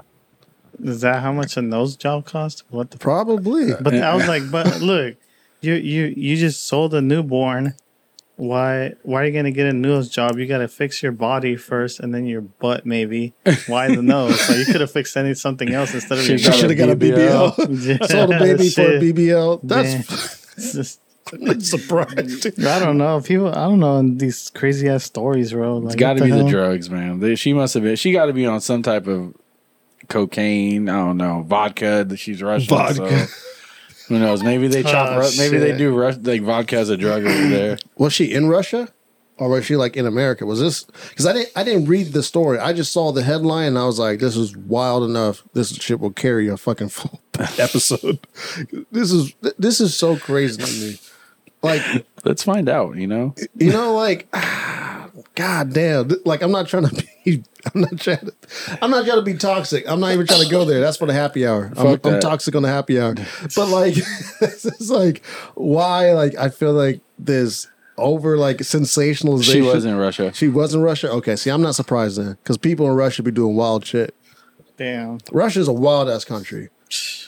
Is that how much a nose job cost? What the? F-
probably.
but I was like,
<laughs>
but look, you you you just sold a newborn. Why why are you gonna get a nose job? You gotta fix your body first, and then your butt maybe. Why the nose? like you could have fixed any something else instead of your
She
got a
should have got a
BBL.
BBL. <laughs>
<laughs>
sold a baby for a
Shit.
BBL.
Man.
That's
It's just-
<laughs> fucking
<laughs>
surprised.
I don't know. People, I don't know these crazy ass stories, bro. Like,
It's got to
what
be the
hell?
drugs, man. They- She must have been. She got to be on some type of cocaine. I don't know vodka. that She's Russian.
Vodka.
So <laughs> who knows? Maybe they chop.
Oh,
Ru- maybe they
shit.
do Rus- like vodka as a drug over there.
Was she in Russia, or was she like in America? Was this because I didn't I didn't read the story. I just saw the headline and I was like, "This is wild enough. This shit will carry a fucking <laughs> full episode. <laughs> this is this is so crazy to me." Like
Let's find out. You know.
you know, like, <sighs> god damn, th- like I'm not trying to be, I'm not trying to, I'm not trying to be toxic. I'm not even trying to go there. That's for the happy hour. I'm,
Fuck
I'm
that.
toxic on the happy hour. But like, <laughs> this is like why? Like I feel like this over like sensationalization.
She was in Russia.
She was in Russia. Okay, see, I'm not surprised then, because people in Russia be doing wild shit.
Damn.
Russia's a wild ass country.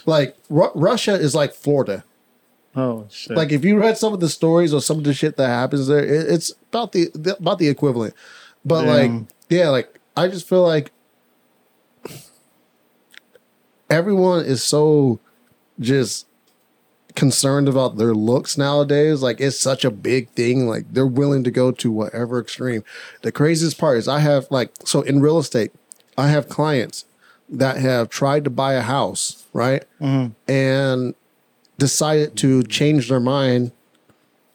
Like Ru- Russia is like Florida.
Oh shit.
Like if you read some of the stories or some of the shit that happens there, it, it's about the, the about the equivalent. But like,
Damn.
yeah, like I just feel like everyone is so just concerned about their looks nowadays. Like it's such a big thing. Like they're willing to go to whatever extreme. The craziest part is I have like so in real estate, I have clients that have tried to buy a house, right?
Mm-hmm.
And decided to change their mind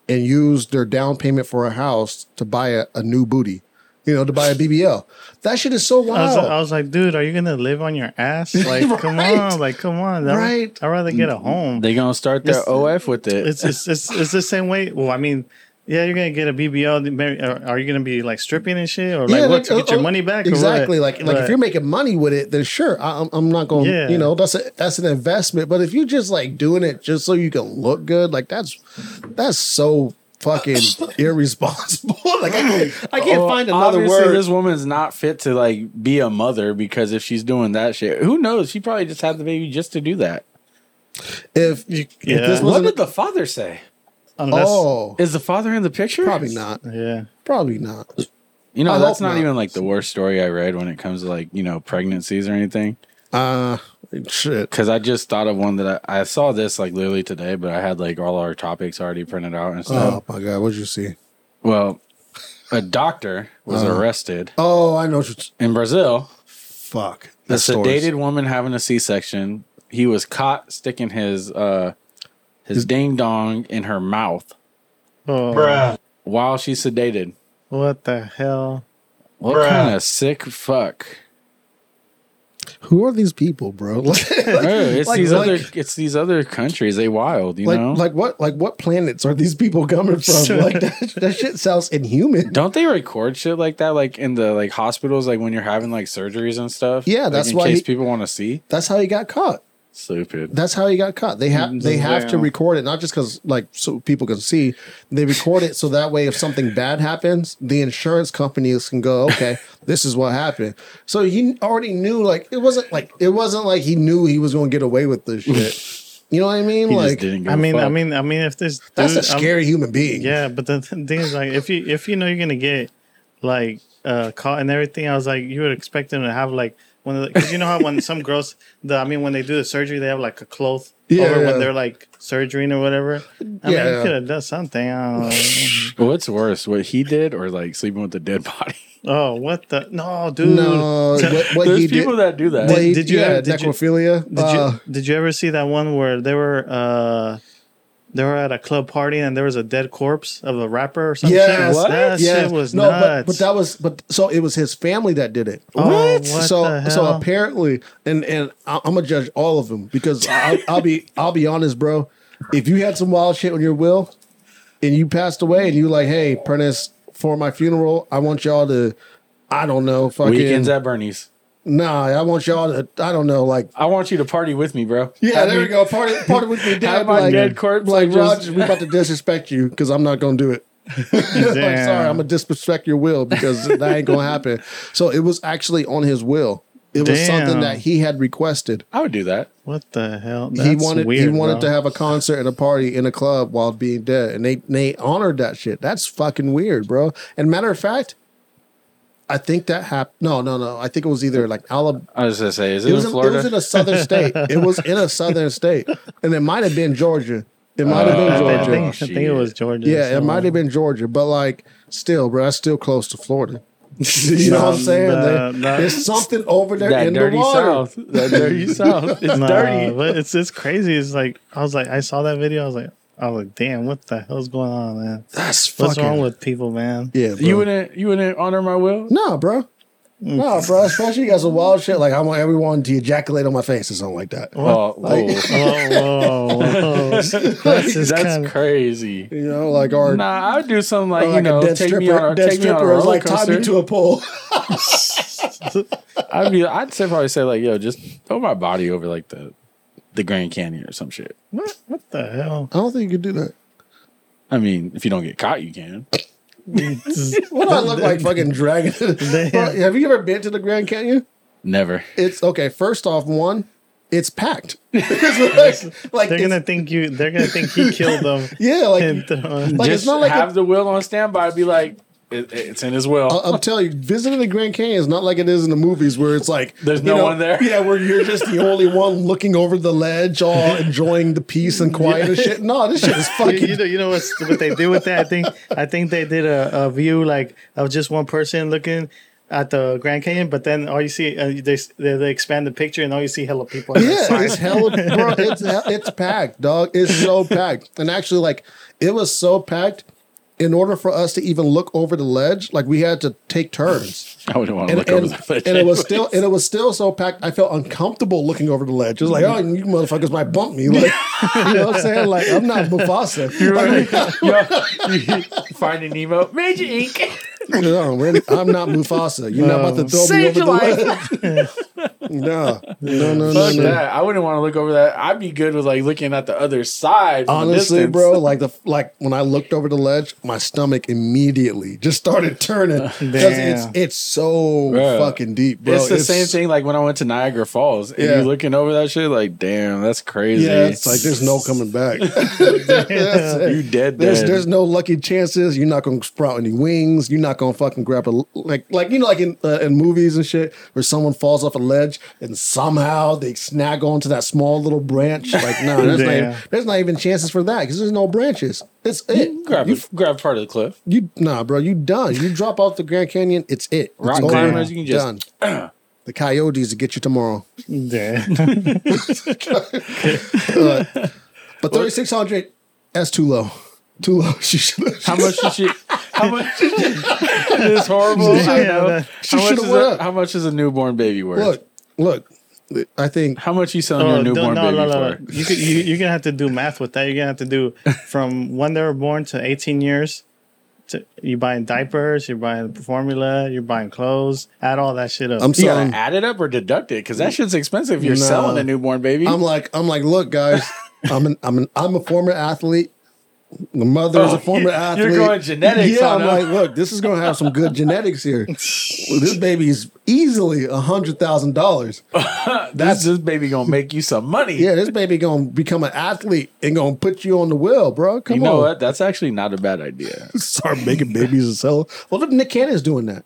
and use their down payment for a house to buy a, a new booty, you know, to
<laughs>
buy a BBL. That shit is so
I was,
wild.
I was like, dude, are you gonna live on your
<laughs>
ass? Like, come on, like, come on. I'd-
Right.
I'd rather get a home.
They gonna start their
It's-
OF with it.
it's, it's it's it's the same way. Well, I mean, yeah, you're gonna get a BBL. then marry- Are, are you gonna be like stripping and shit, or like
Yeah,
what to get
uh,
your
uh,
money back? or what?
Exactly. Like like if
But-
you're making money with it, then sure, I, I'm I'm not going.
Yeah.
to You know, that's a that's an investment. But if you're just like doing it just so you can look good, like that's that's so
<coughs>
fucking irresponsible. <laughs> like I can't, I can't
Well,
find another
Oh, obviously
word.
This woman's not fit to like be a mother because if she's doing that shit, who knows? She probably just had the baby just to do that.
if
you,
if
yeah,
this was-
What
Wasn't
did
it-
the father say?
unless,
oh,
Is the father in the picture?
probably not.
yeah,
Probably not.
You know,
I
that's
hope
not,
not.
even like the worst story I read when it comes to like you know pregnancies or anything.
Uh shit.
Because I just thought of one that I, I saw this like literally today, but I had like all our topics already printed out and stuff.
Oh my god, what'd you see?
Well, a doctor was arrested
Oh, I know. What you,
in Brazil
fuck.
The
That story's-
sedated woman having a C-section. He was caught sticking his uh his ding dong in her mouth
oh,
while she's sedated.
what the hell?
What kind of sick fuck?
Who are these people, bro? <laughs> Like,
Bro, it's
like-
these
like-
other it's these other countries. They wild, you
like,
know.
like what? Like what planets are these people coming
<laughs>
from? Like that, that shit sounds inhuman.
don't they record shit like that, like in the like hospitals, like when you're having like surgeries and stuff?
Yeah,
Like,
that's
in
why
case
he-
people want to see.
That's how he got caught.
Stupid.
That's how he got caught. They
Mm,
have they have to
Wow.
record it, not just because like so people can see. They record it so that way, if something bad happens, the insurance companies can go, okay, <laughs> this is what happened. So he already knew. Like it wasn't like it wasn't like he knew he was going to get away with
<laughs>
this shit. you know what I mean?
He just
like
didn't. Give
I mean,
a fuck.
I mean, I mean, if this
that's
dude-
a
I'm-
scary human being.
Yeah, but the th- thing is, like, if you if you know you're gonna get like uh caught and everything, I was like, you would expect them to have like one of the because you know how
<laughs>
when some girls, the I mean, when they do the surgery, they have like a cloth
Yeah,
over
yeah.
when they're like surgerying or whatever. I mean,
Yeah.
you could have done something. I don't know.
what's worse, what he did or like sleeping with a dead body?
oh, what the no, dude.
No, what, <laughs> what
There's
he
people
did.
that do that.
what he-
Did you
yeah,
ever- did you-
necrophilia? uh,
Did you did you ever see that one where they were uh they were at a club party and there was a dead corpse of a rapper or something?
Yes.
What?
that shit was
no, but,
nuts.
but that was but so it was his family that did it.
Oh, What? what
so
the
so
hell?
apparently, and and I- I'm gonna judge all of them because I'll, I'll be I'll be honest, bro. If you had some wild shit on your will, and you passed away, and you like, hey, Prentice, for my funeral, I want y'all to, I don't know, fucking
Weekends at Bernie's.
nah, I want y'all to, I don't know, like.
I want you to party with me, bro.
Yeah,
Have
there
me-
we go. Party, party <laughs> with me,
Have
Dad.
my
Like,
dead corpse.
like
I just-
Roger, we about to disrespect you because I'm not gonna do it. <laughs> like,
Damn.
sorry, I'm gonna disrespect your will because that ain't gonna happen. So it was actually on his will. It was something
Damn.
that he had requested.
I would do that.
What the hell?
he wanted he
weird,
wanted
bro.
to have a concert and a party in a club while being dead, and they they honored that shit. That's fucking weird, bro. And matter of fact, I think that happened. No, no, no. I think it was either like Alabama.
I was gonna say, is it,
It was, in,
in
it
Florida?
was in a southern state. It was in
<laughs>
a southern state, and it might have been Georgia. It might have
Uh,
been
I, think- I
Georgia.
think, I think it was Georgia.
Yeah, it might
um,
have been Georgia, but like still, bro, that's still close to Florida. <laughs> you know what I'm saying?
Nah,
There-
nah.
There's something over there
that
in the
dirty
water.
south. That
<laughs>
dirty south. It's
Nah,
dirty.
but it's it's crazy. It's like I was like I saw that video. I was like I was like, damn, what the hell's going on, man?
That's
What's
fucking
wrong with people, man?
yeah. Bro.
You wouldn't you wouldn't honor my will?
nah, bro.
Mm.
Nah, bro. Especially you got some wild shit. Like I want everyone to ejaculate on my face or something like that.
Well,
<laughs>
Oh, whoa.
Whoa, whoa, whoa. That's just
that's
kind of
crazy.
You know, like or,
Nah, I would do something like,
or
you
like
know,
a dead
take me on
stripper.
a
Dead
take me on a
stripper is
roller
like tie
coaster.
me to a
<laughs>
pole.
I'd be I'd say probably say like, yo, just throw my body over like the the Grand Canyon or some shit.
what, what the hell?
I don't think you could do that.
I mean, if you don't get caught, you can.
What do I look like fucking
<laughs>
dragon? <laughs> Bro, Have you ever been to the Grand Canyon?
Never.
It's okay. First off, one, it's packed. <laughs> It's like, like
They're
it's-
gonna think you. They're gonna think he killed them.
yeah, <laughs> like
and throw-
Like, it's
just
not like
have
a-
the will on standby. Be like, it, it's in his will.
I- I'm telling you, visiting the Grand Canyon is not like it is in the movies where it's like
<laughs> There's
you
no
know,
one there.
Yeah, where you're just the only one looking over the ledge, all enjoying the peace and quiet and shit. No, this
<laughs>
shit is
you, you
fucking.
know, you know what's, what they did with that. I think, I think they did a, a view like of just one person looking, at the Grand Canyon, but then all you see uh, they, they they expand the picture and all you see hella people. on
<laughs>
<laughs>
the
Yeah,
side.
it's hella, bro, it's it's packed, dog. It's so packed, and actually, like, it was so packed. In order for us to even look over the ledge, like we had to take turns,
<laughs> I wouldn't want to
and,
look
and-
over the <laughs> ledge.
and it was
anyways.
still and it was still so packed. I felt uncomfortable looking over the ledge. It was like, oh, you motherfuckers might bump me, like, you know what I'm saying? Like, I'm not Mufasa.
<laughs> Finding Nemo, Major Ink.
<laughs> No, we're- I'm not Mufasa. You're not
Um,
about to throw me
Save
over the
your
ledge.
life.
<laughs> No, no, no, no,
Fuck
no.
that. I wouldn't want to look over that. I'd be good with like looking at the other side. From
Honestly,
the
bro, like the like when I looked over the ledge, my stomach immediately just started
<laughs>
turning because it's
Damn.
it's so
Bruh.
fucking deep, bro.
it's the same thing like when I went to Niagara Falls and
Yeah.
you're looking over that shit like, damn, that's crazy.
Yeah, it's like there's no coming
<laughs>
back. <laughs> That's it.
you dead
There's
dead.
there's no lucky chances. You're not gonna sprout any wings. You're not gonna fucking grab a like like you know like in uh, in movies and shit where someone falls off a ledge and somehow they snag onto that small little branch. Like no, there's
<laughs>
not even,
Yeah.
there's not even chances for that because there's no branches. It's it.
grab,
You,
grab part of the cliff.
you nah, bro. You done. You drop off the Grand Canyon. It's it. It's
Rock
over.
climbers, you can just-
done. The coyotes will get you tomorrow. <laughs>
Damn.
<laughs>
Uh, but 3600, that's too low. Too low. <laughs> She should have.
How much is she? <laughs> How much? it's horrible. I
Yeah,
know.
that-
She
How much,
shoulda
is
went
a,
up.
how much is a newborn baby worth?
Look, look. I think
How much you selling
Oh,
your
don't-
newborn
no,
baby
no, no, no.
for?
You could, you, you're gonna have to do math with that. You're gonna have to do from when they were born to 18 years. To, you're buying diapers, you're buying formula, you're buying clothes. Add all that shit up.
I'm
You
selling.
gotta add it up or deduct it because that shit's expensive. If you're
Mm. No.
selling a newborn baby.
I'm like, I'm like, look, guys,
<laughs>
I'm an, I'm an, I'm a former athlete. The mother is
Oh,
a former
you-
athlete.
you're going genetics
Yeah,
on
I'm
them.
like, look, this is gonna have some
<laughs>
good genetics here. Well, this baby is easily a hundred thousand dollars.
that's this baby gonna make you some money.
Yeah, this baby gonna become an athlete and gonna put you on the wheel, bro. Come
You know
on,
what? That's actually not a bad idea.
<laughs> start making babies and sell. Well, if Nick Cannon's doing that,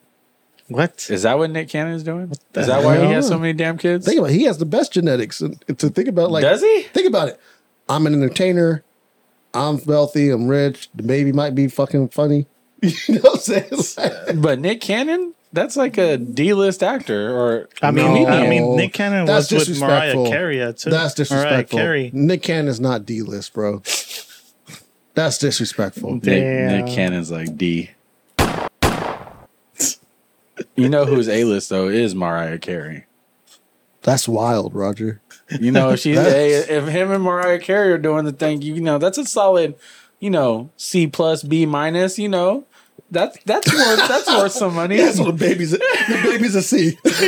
what?
Is that what Nick Cannon is doing? Is that why he has so many damn kids?
think about it, he has the best genetics. And and to think about, like,
Does he?
Think about it. I'm an entertainer. I'm wealthy. I'm rich. The baby might be fucking funny. <laughs> You know what I'm saying? Like,
But Nick Cannon, that's like a D-list actor, or
I mean,
No.
I mean, Nick Cannon
That's
was with Mariah
disrespectful.
Carey uh, too.
that's disrespectful.
Mariah Carey.
Nick Cannon's not D list, bro. That's disrespectful.
Nick,
Damn.
Nick Cannon's like D. You know who's A-list though is Mariah Carey.
That's wild, Roger. <laughs>
You know if she's
That's-
A, if him and Mariah Carey are doing the thing, you know that's a solid, you know C plus B minus. You know that's that's worth that's worth
<laughs>
some money.
That's what the baby's the baby's a C. <laughs>
but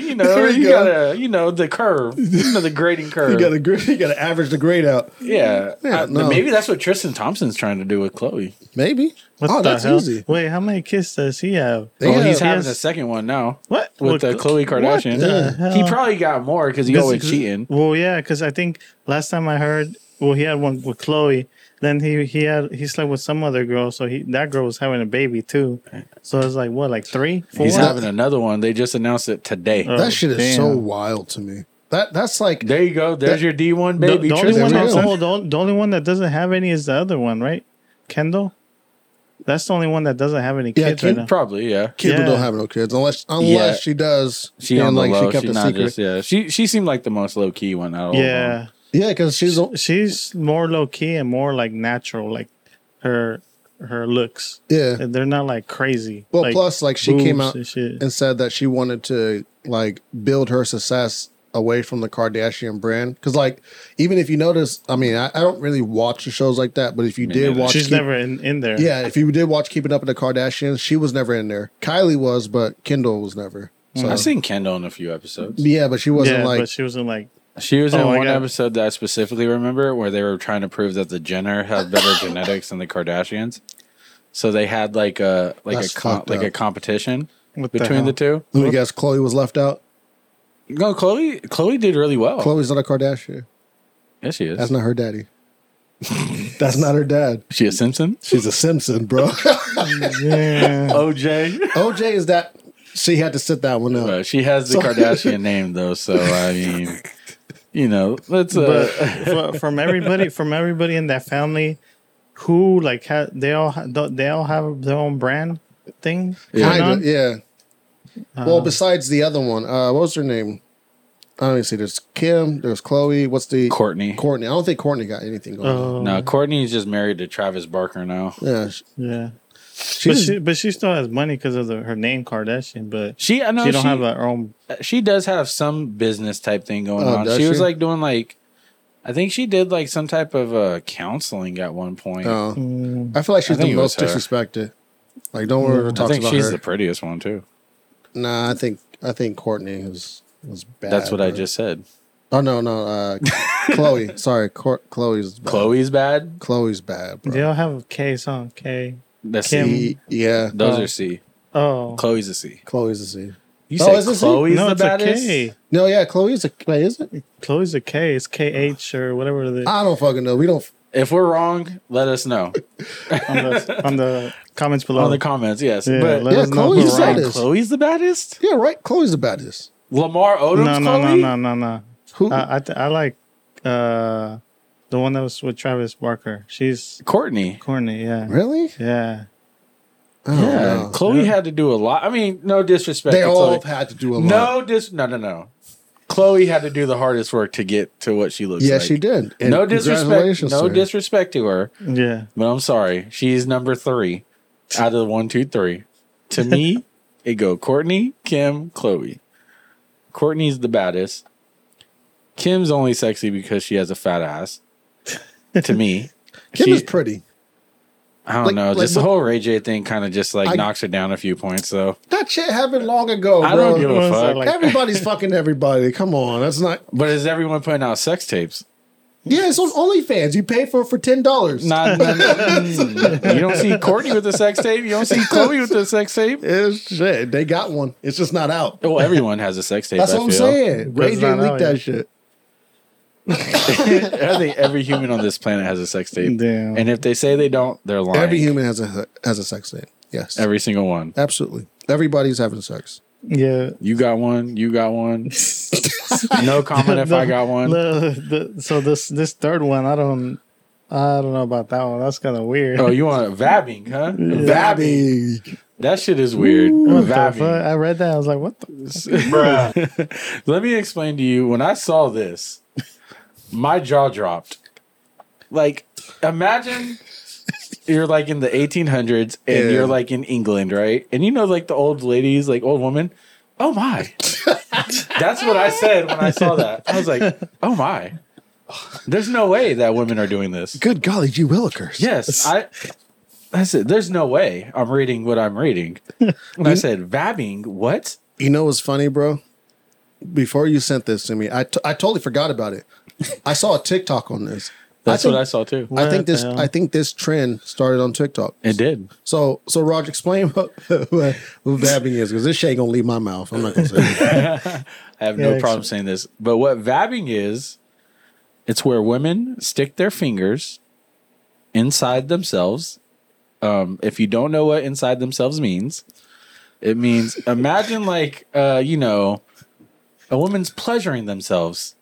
you know
There
you,
you go.
gotta you know the curve, you know the grading curve.
You gotta gr- you gotta average the grade out.
yeah,
Yeah,
I-
no.
maybe that's what Tristan Thompson's trying to do with Chloe.
Maybe.
What
oh,
the
that's
hell?
easy.
Wait, how many kids does he have?
They
Well,
Yeah.
he's
He
having
has-
a second one now
What
with the Khloe Kardashian.
the
hell?
He probably got more because he
This
always
is-
cheating.
Well, yeah, because I think last time I heard, well, he had one with Chloe. Then he he had he slept with some other girl, so he that girl was having a baby too. So it's like what, like three, four?
He's having another one. They just announced it today.
Uh,
That shit is
damn.
so wild to me. That that's like
there you go.
that-
There's your D one
the,
baby.
the only
Tristan
one
there
that's
we go.
Thompson.
oh, the, on- the only one that doesn't have any is the other one, right? Kendall. That's the only one that doesn't have any
Yeah,
kids
Ken-
right now.
Probably yeah.
Kendall
Yeah.
don't have no kids unless unless she does.
She
and,
on the
like
low.
she kept
She
a
not
secret.
just yeah. She she seemed like the most low key one out of all. of them.
Yeah,
yeah, because she's a-
she's more low key and more like natural, like her her looks.
yeah.
They're not like crazy.
Well,
like,
plus, like she came
boobs
out
and shit.
and said that she wanted to like build her success away from the Kardashian brand. Because like, even if you notice, I mean, I, I don't really watch the shows like that, but if you
Me
did
neither.
watch,
she's
Keep-
never in, in there.
yeah, if you did watch Keeping Up with the Kardashians, she was never in there. Kylie was, but Kendall was never. So
I've seen Kendall in a few episodes.
yeah, but she wasn't
Mm, yeah,
like
but she wasn't like
She was
Oh
in
my
one
God.
episode that I specifically remember where they were trying to prove that the Jenner had
<coughs>
better genetics than the Kardashians. So they had like a like
That's
a com-
fucked
like a
up.
competition
What the
between the two.
hell?
let me guess, Chloe was left out.
No, Chloe. Chloe did really
Oh.
well.
Chloe's not a Kardashian.
yes, she is.
That's not her daddy. That's not her dad.
she a Simpson.
She's a Simpson, bro. <laughs>
<laughs>
Yeah.
OJ.
OJ is that she had to sit that one out.
But she has the Kardashian name though, so I mean, you know, let's. Uh,
but fro- from everybody, from everybody in that family, who like ha- they all ha- th- they all have their own brand. thing.
Yeah.
going
Kinda,
on.
yeah. Well, besides the other one, uh, what was her name? I don't even see. There's Kim. There's Chloe. What's the
Courtney.
Courtney? I don't think Courtney got anything going. on.
Oh,
No, Courtney's just married to Travis Barker now.
Yeah, she,
yeah.
she
but
just-
she, but she still has money because of the, her name Kardashian. But
She I know
she don't have her own.
she does have some business type thing going
Oh,
on. She,
does
was
she?
like doing like I think she did like some type of uh counseling at one point.
no.
Mm,
I feel like
I
she's
think
the
it
most
was her.
disrespected. Like, don't ever
I
talk
think
about
she's
her.
the prettiest one too.
nah, I think I think Courtney was was bad.
That's what I
bro.
just said.
Oh no, no, uh, Chloe. Sorry, Cor- Chloe's bad.
Chloe's bad.
Chloe's bad, bro.
they all have a K song. K.
That's
Kim.
C.
E- yeah,
Those
Oh.
are C.
Oh
Chloe's a C.
Chloe's a C.
You
Oh,
said
is it C?
Chloe's
no,
the
it's a
baddest.
K.
No, yeah, Chloe's a. Wait, is it?
Chloe's a K. It's K H or whatever the
I don't fucking know. We don't.
If we're wrong, let us know
on the on the comments below.
on the comments. Yes,
Yeah,
but
let
Yeah,
us know
Chloe
if
you
we're
said
it.
wrong.
is.
Chloe's the baddest.
Yeah, right. Chloe's the baddest.
Lamar Odom's
No, no, no,
Chloe.
no, no, no.
Who?
Uh, I I, th- I like uh, the one that was with Travis Barker. She's
Courtney.
corny. Yeah.
really?
Yeah.
I don't
Yeah,
know.
Chloe
Yeah.
had to do a lot. I mean, no disrespect.
Oh, They
to
all
Chloe.
have had to do a lot.
No, dis- no, no, no. Chloe had to do the hardest work to get to what she looks
yeah,
like.
she did. And
no disrespect.
congratulations to
No
her.
disrespect to her,
Yeah.
but I'm sorry. She's number three out of the one, two, three.
<laughs>
To me, it go Courtney, Kim, Chloe. Courtney's the baddest. Kim's only sexy because she has a fat ass. to me,
<laughs> Kim
she-
is pretty.
I don't
like-
know.
like
just the
what-
whole Ray J thing kind of just like
I-
knocks her down a few points, though.
That shit happened long ago,
I
bro.
don't give a
Ones that,
fuck.
like-
Everybody's fucking everybody. Come on, that's not.
but is everyone putting out sex tapes?
Yeah, it's on OnlyFans. You pay for it for ten dollars.
<laughs>
Not, not- mm. you don't see Courtney with the sex tape. You don't see Chloe with the sex tape.
It's shit. They got one. It's just not out.
Well, everyone has a sex tape.
That's
I
what I'm
feel.
saying. Ray
That's
J
not out
leaked that
yet.
shit.
<laughs> I think every human on this planet has a sex tape.
Damn.
And if they say they don't, they're lying.
Every
Every,
human has a has a sex tape. Yes,
single one.
absolutely. Everybody's having sex.
<laughs>
yeah.
You got one. You got one.
<laughs>
No comment if I got one.
The- the- so this this third one, I don't I don't know about that one. That's kind of weird.
Oh, you want vabbing, huh? Vabbing.
Babby.
That shit is weird.
<laughs> What the fuck?
vabbing.
I read that. I was like, what the?
Bruh. Let me explain to you. When I saw this, my jaw dropped. Like, imagine you're like in the 1800s and
Yeah.
you're like in England, right? And you know, like the old ladies, like old woman. Oh my. That's what I said when I saw that. I was like, oh my. There's no way that women are doing this.
Good golly, G Willikers.
Yes, I. I said, "There's no way I'm reading what I'm reading." And I said, "Vabbing what?"
You know what's funny, bro? Before you sent this to me, I, t- I totally forgot about it. I saw a TikTok on this.
<laughs> That's
think-
what I saw too.
I think
What the
this
hell?
I think this trend started on TikTok.
It did. <laughs>
So so Roger, explain what, <laughs> what, what vabbing is because this shit ain't gonna leave my mouth. I'm not gonna say.
<laughs>
it.
I have
Yeah,
no
ex-
problem saying this, but what vabbing is, it's where women stick their fingers inside themselves. Um, if you don't know what inside themselves means, it means imagine like uh, you know, a woman's pleasuring themselves,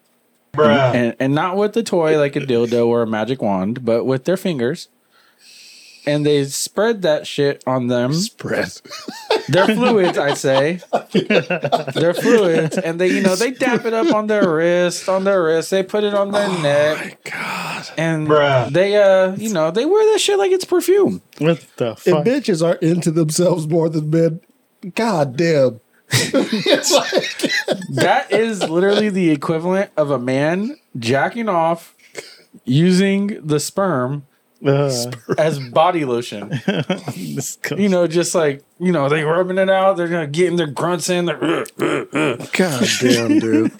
and and not with a toy like a dildo or a magic wand, but with their fingers. And they spread that shit on them.
Spread.
They're fluids, I say. They're fluids, and they, you know, they dap it up on their wrist, on their wrist. They put it on their neck,
God,
and they, uh, you know, they wear that shit like it's perfume.
What the
if
fuck?
bitches are into themselves more than men, god damn. it's like
That is literally the equivalent of a man jacking off using the sperm
Uh,
as body lotion.
disgusting.
You
<laughs>
know, just like you know, they rubbing it out. They're uh, getting their grunts in. They're uh,
god damn, dude. <laughs>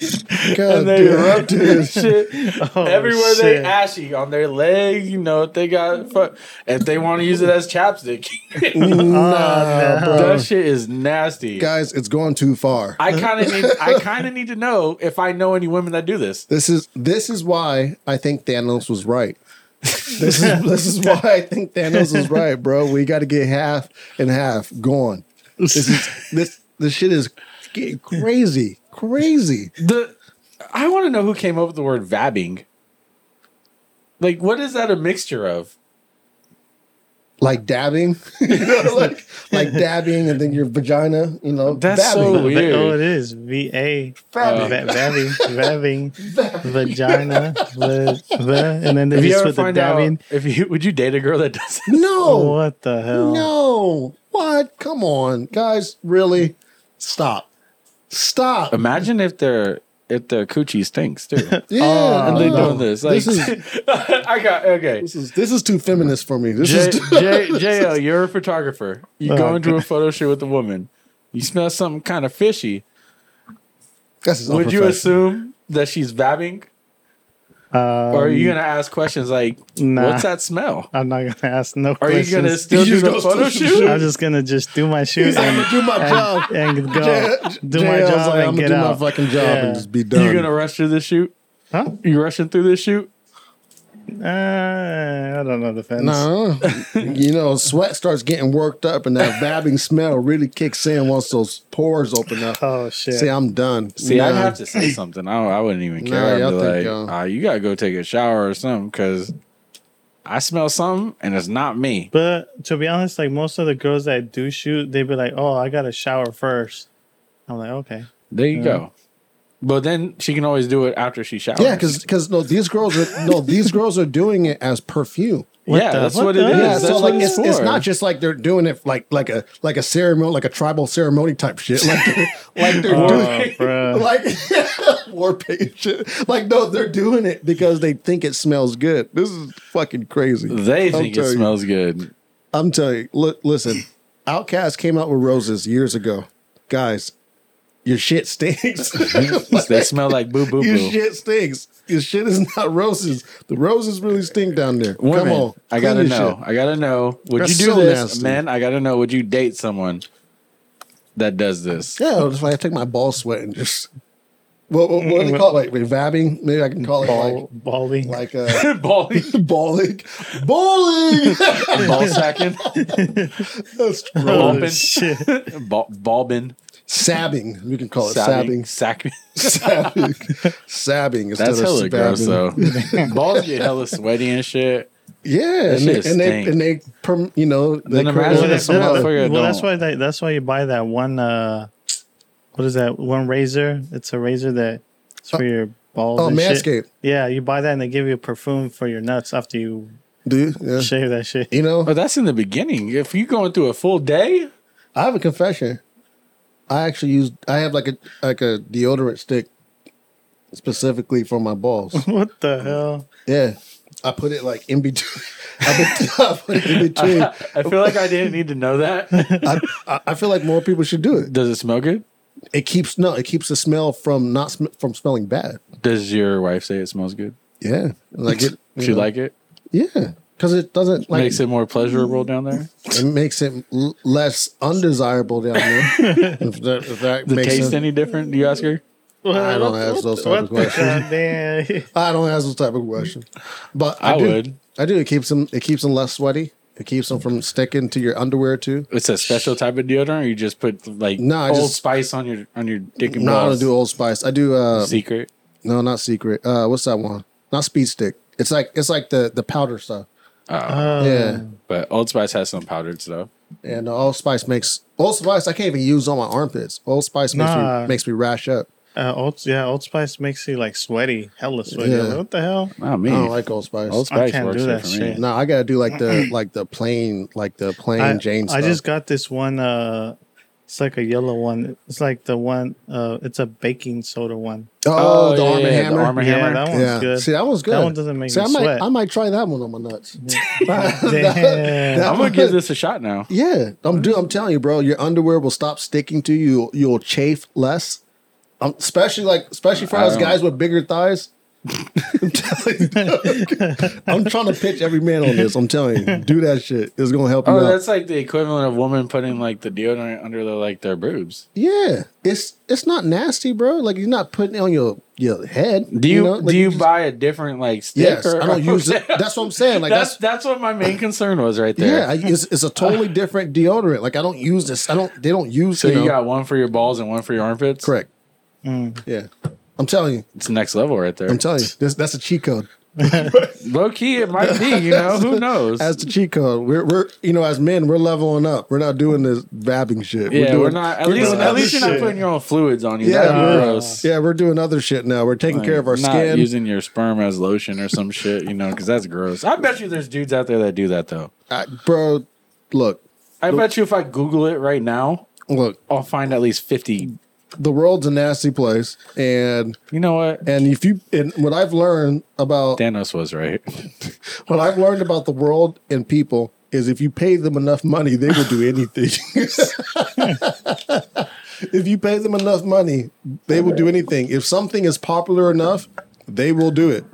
God
and they
damn. <laughs>
rub this shit.
Oh,
everywhere
shit.
they ashy on their legs, you know, if they got fu- if they want to use it as chapstick, <laughs> Ah,
Nah, bro.
that shit is nasty.
Guys, it's gone too far.
I kind of need I kind of need to know if I know any women that do this.
This is this is why I think Thanos was right. This
<laughs>
is this is why I think Thanos was right, bro. We got to get half and half gone. This is this this shit is getting crazy, crazy.
The I want to know who came up with the word vabbing. Like, what is that a mixture of?
like dabbing, <laughs> you know, like like dabbing, and then your vagina, you know,
That's so
dabbing.
weird.
Oh, it is. V A.
Vabbing.
Vabbing.
<laughs>
Vabbing. Vagina. Va- va- and then they
If you
just
ever
put the
find out, Oh.
dabbing.
if you would you date a girl that does
<laughs>
it?
No,
What the hell?
no, what? Come on, guys, really, stop, stop.
Imagine if their if their coochie stinks too.
Yeah,
and
Oh,
they
no.
doing this. Like,
is
<laughs> I got okay.
this is this is too feminist for me. This
J,
is too, <laughs>
J, JL, you're a photographer. You go
Oh,
into a photo shoot with a woman. You smell something kind of fishy.
this is
Would you
unprofessional.
assume that she's vabbing,
Um,
or are you gonna ask questions like,
Nah.
"What's that smell?"
I'm not gonna ask no
Are you
questions.
gonna still
<laughs> You
do the
just go
photo
still
shoot?
I'm just gonna just do my shoot
I'm
and,
gonna do my job? <laughs>
and go do
JL's
my
like,
job
I'm
and
gonna
get
do
out.
my fucking job
Yeah.
and just be done.
You
<laughs>
gonna rush through this shoot?
Huh?
You rushing through this shoot?
Uh, I don't know the fence.
No, <laughs> you know, sweat starts getting worked up, and that babbing smell really kicks in once those pores open up.
Oh shit.
See, I'm done.
See, I'd
Nah.
have to say something. I, don't- I wouldn't even
Nah,
care.
y'all
I'd be
think uh,
like,
y'all-
"Ah, you gotta go take a shower or something because I smell something and it's not me.
but to be honest, like most of the girls that I do shoot, they be like, "Oh, I gotta shower first. I'm like, "Okay."
There you go. But then she can always do it after she showers.
Yeah, because no, these girls are no, these girls are doing it as perfume.
What
yeah,
the-
that's
what
what, it
the-
is.
Yeah,
Yeah,
that's
so
what
like it's,
for.
it's not just like they're doing it like like a like a ceremony, like a tribal ceremony type shit. Like they're, like <laughs> they're
Oh,
doing
bruh.
like <laughs> war paint shit. Like no, they're doing it because they think it smells good. This is fucking crazy.
They
I'll
think it
tell you. <laughs>
smells good. <laughs>
I'm telling you, li- listen, Outcast came out with roses years ago. Guys, your shit stinks. <laughs>
they smell like boo boo
your
boo.
shit stinks. Your shit is not roses. The roses really stink down there.
Women,
Come on.
I
clean
gotta
your
know.
shit.
I gotta know. Would
That's
you do
so
this,
nasty.
man? I gotta know. Would you date someone that
<laughs>
does this?
Yeah, that's why I take my ball sweat and just. What, what, what do they call it? Like vabbing? Maybe I can call it
Ball, baldy.
like like uh, <laughs>
ball,
balling. Balling!
ball sacking,
That's gross.
<laughs>
oh,
<laughs>
bumping.
shit.
ball, balbin,
Sabbing. We can call it
sabbing,
sabbing.
<laughs>
<laughs>
sacking.
Sabbing. Sabbing instead
That's
of
hella gross
spabbing.
though.
<laughs>
Balls get hella sweaty and shit.
Yeah,
That
and
shit
they, and they
stink.
and they perm, you know they
Then
create it
imagine if
somehow.
that motherfucker
well, that's
don't-
why that, that's why you buy that one. Uh, what is that one razor? It's a razor that it's for your balls.
oh
and shit.
Manscaped,
Yeah, you buy that and they give you a perfume for your nuts after you
dude. Yeah.
shave that shit. <laughs>
You know,
Oh, that's in the beginning. If you're going through a full day,
I have a confession. I actually use I have like a like a deodorant stick specifically for my
<laughs>
balls.
What the hell?
yeah, I put it like in between. <laughs> I put, I put it in <laughs> between.
I feel like I didn't need to know that.
I, I- I feel like more people should do it.
<laughs> Does it smell good?
It keeps no, it keeps the smell from not sm- from smelling bad.
Does your wife say it smells good?
Yeah, like it. you
She
know,
like it?
yeah, because it doesn't like
Makes it more pleasurable down there.
it makes it l- less undesirable down
<laughs>
there. if that, if that
The
makes
taste
sense.
any different? Do you ask her?
I don't ask those type of questions. <laughs>
<laughs> Goddamn.
I don't ask those type of questions. But I,
I
do.
would.
I do. It keeps them. It keeps them less sweaty. It keeps them from sticking to your underwear too.
It's a special type of deodorant. Or you just put like
No, I
old
just-
spice on your on your dick and
No, I
balls.
don't do Old Spice. I do. Uh,
Secret.
no, not secret. Uh, what's that one? Not Speed Stick. It's like it's like the the powder stuff.
Uh,
yeah,
But Old Spice has some powdered stuff.
and uh, Old Spice makes Old Spice. I can't even use on my armpits. Old Spice makes
Nah.
me makes me rash up.
uh, old, yeah, Old Spice makes you like sweaty, hella sweaty.
Yeah.
Like, What the hell?
Not me.
I don't like Old Spice.
Old
I
Spice
can't
works
do
here
that
for me.
shit.
No, I gotta do like the like the plain like the plain
I,
Jane stuff.
I just got this one. Uh, it's like a yellow one. It's like the one. Uh, it's a baking
<laughs>
soda one.
oh, the
yeah,
Arm and
yeah, the
Hammer.
Arm and
Yeah,
Hammer.
that one's good.
See, that one's good.
That one doesn't make
See,
me
I might,
sweat.
I might try that one on my nuts.
Damn.
that
I'm
one- <laughs>
gonna give this a shot now.
Yeah, I'm do. I'm telling you, bro. Your underwear will stop sticking to you. You'll, you'll chafe less. Um, especially like, especially for
I
us
don't-
guys with bigger
<laughs>
thighs. I'm telling you. I'm trying to pitch every man on this. I'm telling you, do that shit. It's gonna help you
Oh,
out.
that's like the equivalent of women putting like the deodorant under their like their boobs.
yeah, it's it's not nasty, bro. Like you're not putting it on your your head.
Do you,
know? Like,
do you
just-
buy a different like stick?
Yes,
or-
I
<laughs>
don't use it.
Okay.
That's what I'm saying. Like
that's
that's,
that's what my main concern was right there.
yeah, I, it's, it's a totally different deodorant. Like I don't use this. I don't. They don't use.
so
you,
you,
know,
got one for your balls and one for your armpits.
correct. Yeah, I'm telling you.
It's next level right there.
I'm telling you. This, that's a cheat code.
Low key, it might be.
<laughs>
You know, who knows?
As the cheat code, we're, we're you know as men we're leveling up. We're not doing this vabbing shit.
yeah,
doing,
we're not. At least,
doing
at
other
least you're not
shit.
putting your own fluids on you.
Yeah,
That'd be
we're-
gross.
Yeah, we're doing other shit now. We're taking care of our
not
skin.
using your sperm as lotion or some shit, you know, because that's gross. I bet you there's dudes out there that do that though.
I- bro, look,
I bet you if I Google it right now,
look.
I'll find at least fifty.
The world's a nasty place, and
You know what?
and if you and what I've learned about
Thanos was right.
what I've learned about the world and people is if you pay them enough money, they will do anything. <laughs> if you pay them enough money, they will do anything. If something is popular enough, they will do it.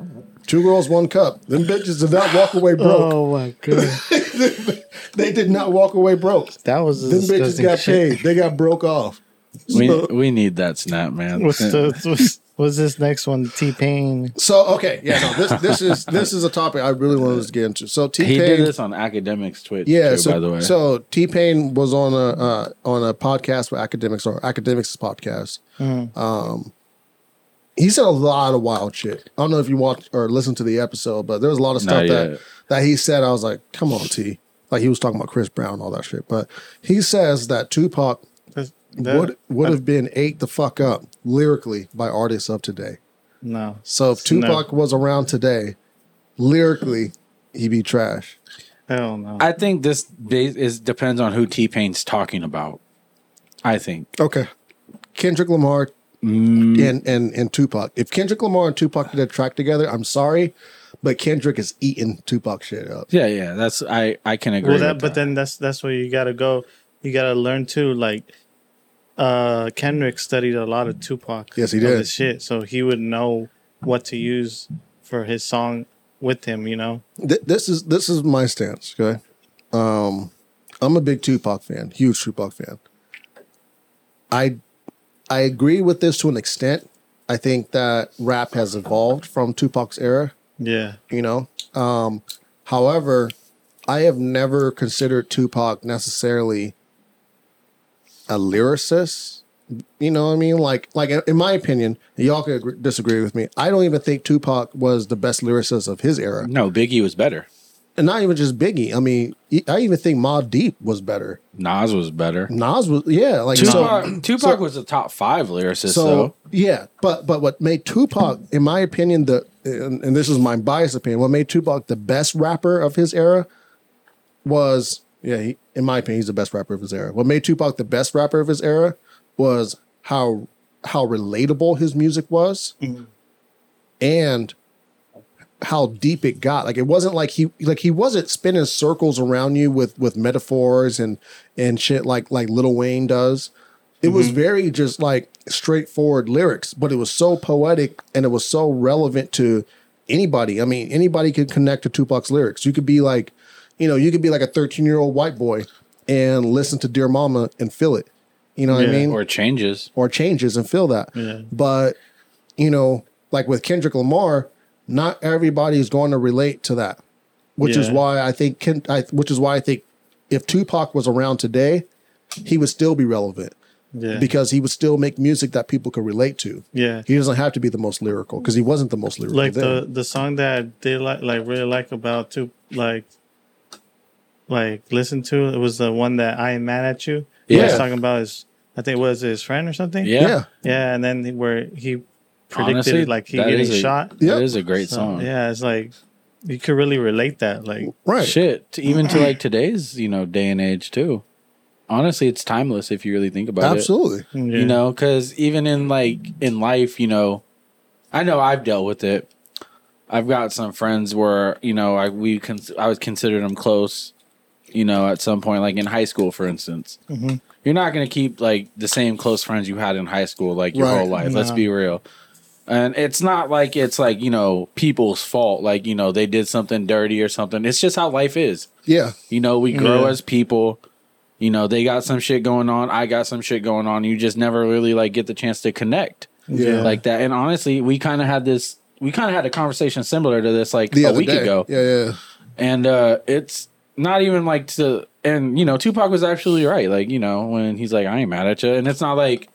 Two girls, one cup. Them bitches did not walk away broke.
Oh my god,
They did not walk away broke.
that was
Them bitches
disgusting
got
shit.
paid. They got broke off. <laughs>
We
So-
we need that snap, man.
<laughs> What's the what's, what's this next one? T Pain.
So okay, yeah, no, this this is this is a topic I really wanted to get into. So T
he did
Pain,
this on academics Twitch.
yeah,
too,
so
by the way.
so T Pain was on a uh, on a podcast with academics or academics podcast. Um, he said a lot of wild shit. I don't know if you watched or listened to the episode, but there was a lot of stuff
Not
that
yet.
that he said. I was like, come on, T. Like he was talking about Chris Brown, all that shit. But he says that Tupac
That's- that-
would would have been ate the fuck up lyrically by artists of today.
no.
So if
No.
Tupac was around today, lyrically, he'd be trash.
Hell no.
I think this ba- is depends on who T Pain's talking about. I think Mm,
Okay. Kendrick Lamar
Mm-hmm.
and, and and Tupac. If Kendrick Lamar and Tupac did a track together, I'm sorry, but Kendrick is eating Tupac shit up.
yeah, yeah. That's I I can agree.
well,
with
that,
that.
but then that's that's where you gotta go. You gotta learn to like. Uh, Kendrick studied a lot of Tupac.
Yes, he
and all
did.
this shit, so he would know what to use for his song with him. You know.
Th- this is this is my stance. Okay, um, I'm a big Tupac fan, huge Tupac fan. I I agree with this to an extent. I think that rap has evolved from Tupac's era.
Yeah.
you know. Um, however, I have never considered Tupac necessarily a lyricist. You know what I mean? Like, like in my opinion, y'all could agree- disagree with me. I don't even think Tupac was the best lyricist of his era,
no, Biggie was better.
and not even just Biggie. I mean, e- I even think Mob Deep was better.
Nas was better.
Nas was, yeah, like
Tupac,
so.
Tupac
so-
was a top five lyricist,
So
though.
yeah, but but what made Tupac, in my opinion, the and, and this is my biased opinion, what made Tupac the best rapper of his era was yeah, he, in my opinion, he's the best rapper of his era. What made Tupac the best rapper of his era was how how relatable his music was, and how deep it got. Like it wasn't like he like he wasn't spinning circles around you with with metaphors and and shit like like Lil Wayne does. It was
Mm-hmm.
very just like straightforward lyrics, but it was so poetic and it was so relevant to anybody. I mean, anybody could connect to Tupac's lyrics. You could be like, you know, you could be like a 13-year-old white boy and listen to Dear Mama and feel it. You know what I
Yeah,
mean?
Or changes.
or changes and feel that.
Yeah.
But you know, like with Kendrick Lamar, not everybody is going to relate to that, which is
Yeah.
why I think Ken, I, which is why I think if Tupac was around today, he would still be relevant
Yeah.
because he would still make music that people could relate to.
yeah.
He doesn't have to be the most lyrical because he wasn't the most lyrical.
like
then.
the the song that they like like really like about to like like listen to it was the one that I am mad at you. Yeah,
Yeah.
was talking about his I think it was his friend or something.
Yeah.
yeah.
yeah, and then he- where he predicted
Honestly,
like he
that
getting
is a-
shot.
Yep.
That is a great
So,
song.
yeah, it's like you could really relate that. Like
right.
Shit, to-
<clears throat>
even to like today's you know day and age too. Honestly, it's timeless if you really think about it.
Absolutely.
you know because even in like in life you know i know i've dealt with it i've got some friends where you know i we con- i was considered them close you know at some point like in high school for instance you're not going to keep like the same close friends you had in high school like your
Right.
whole life let's
No.
be real and it's not like it's like you know people's fault like you know they did something dirty or something it's just how life is
Yeah.
you know, we grow
Yeah.
as people. You know, they got some shit going on. I got some shit going on. You just never really like get the chance to connect
Yeah.
like that. And honestly, we kind of had this. We kind of had a conversation similar to this like
The
a
other
week
day.
ago.
Yeah. Yeah.
And uh it's not even like to. And you know, Tupac was absolutely right. Like you know, when he's like, "I ain't mad at you," and it's not like.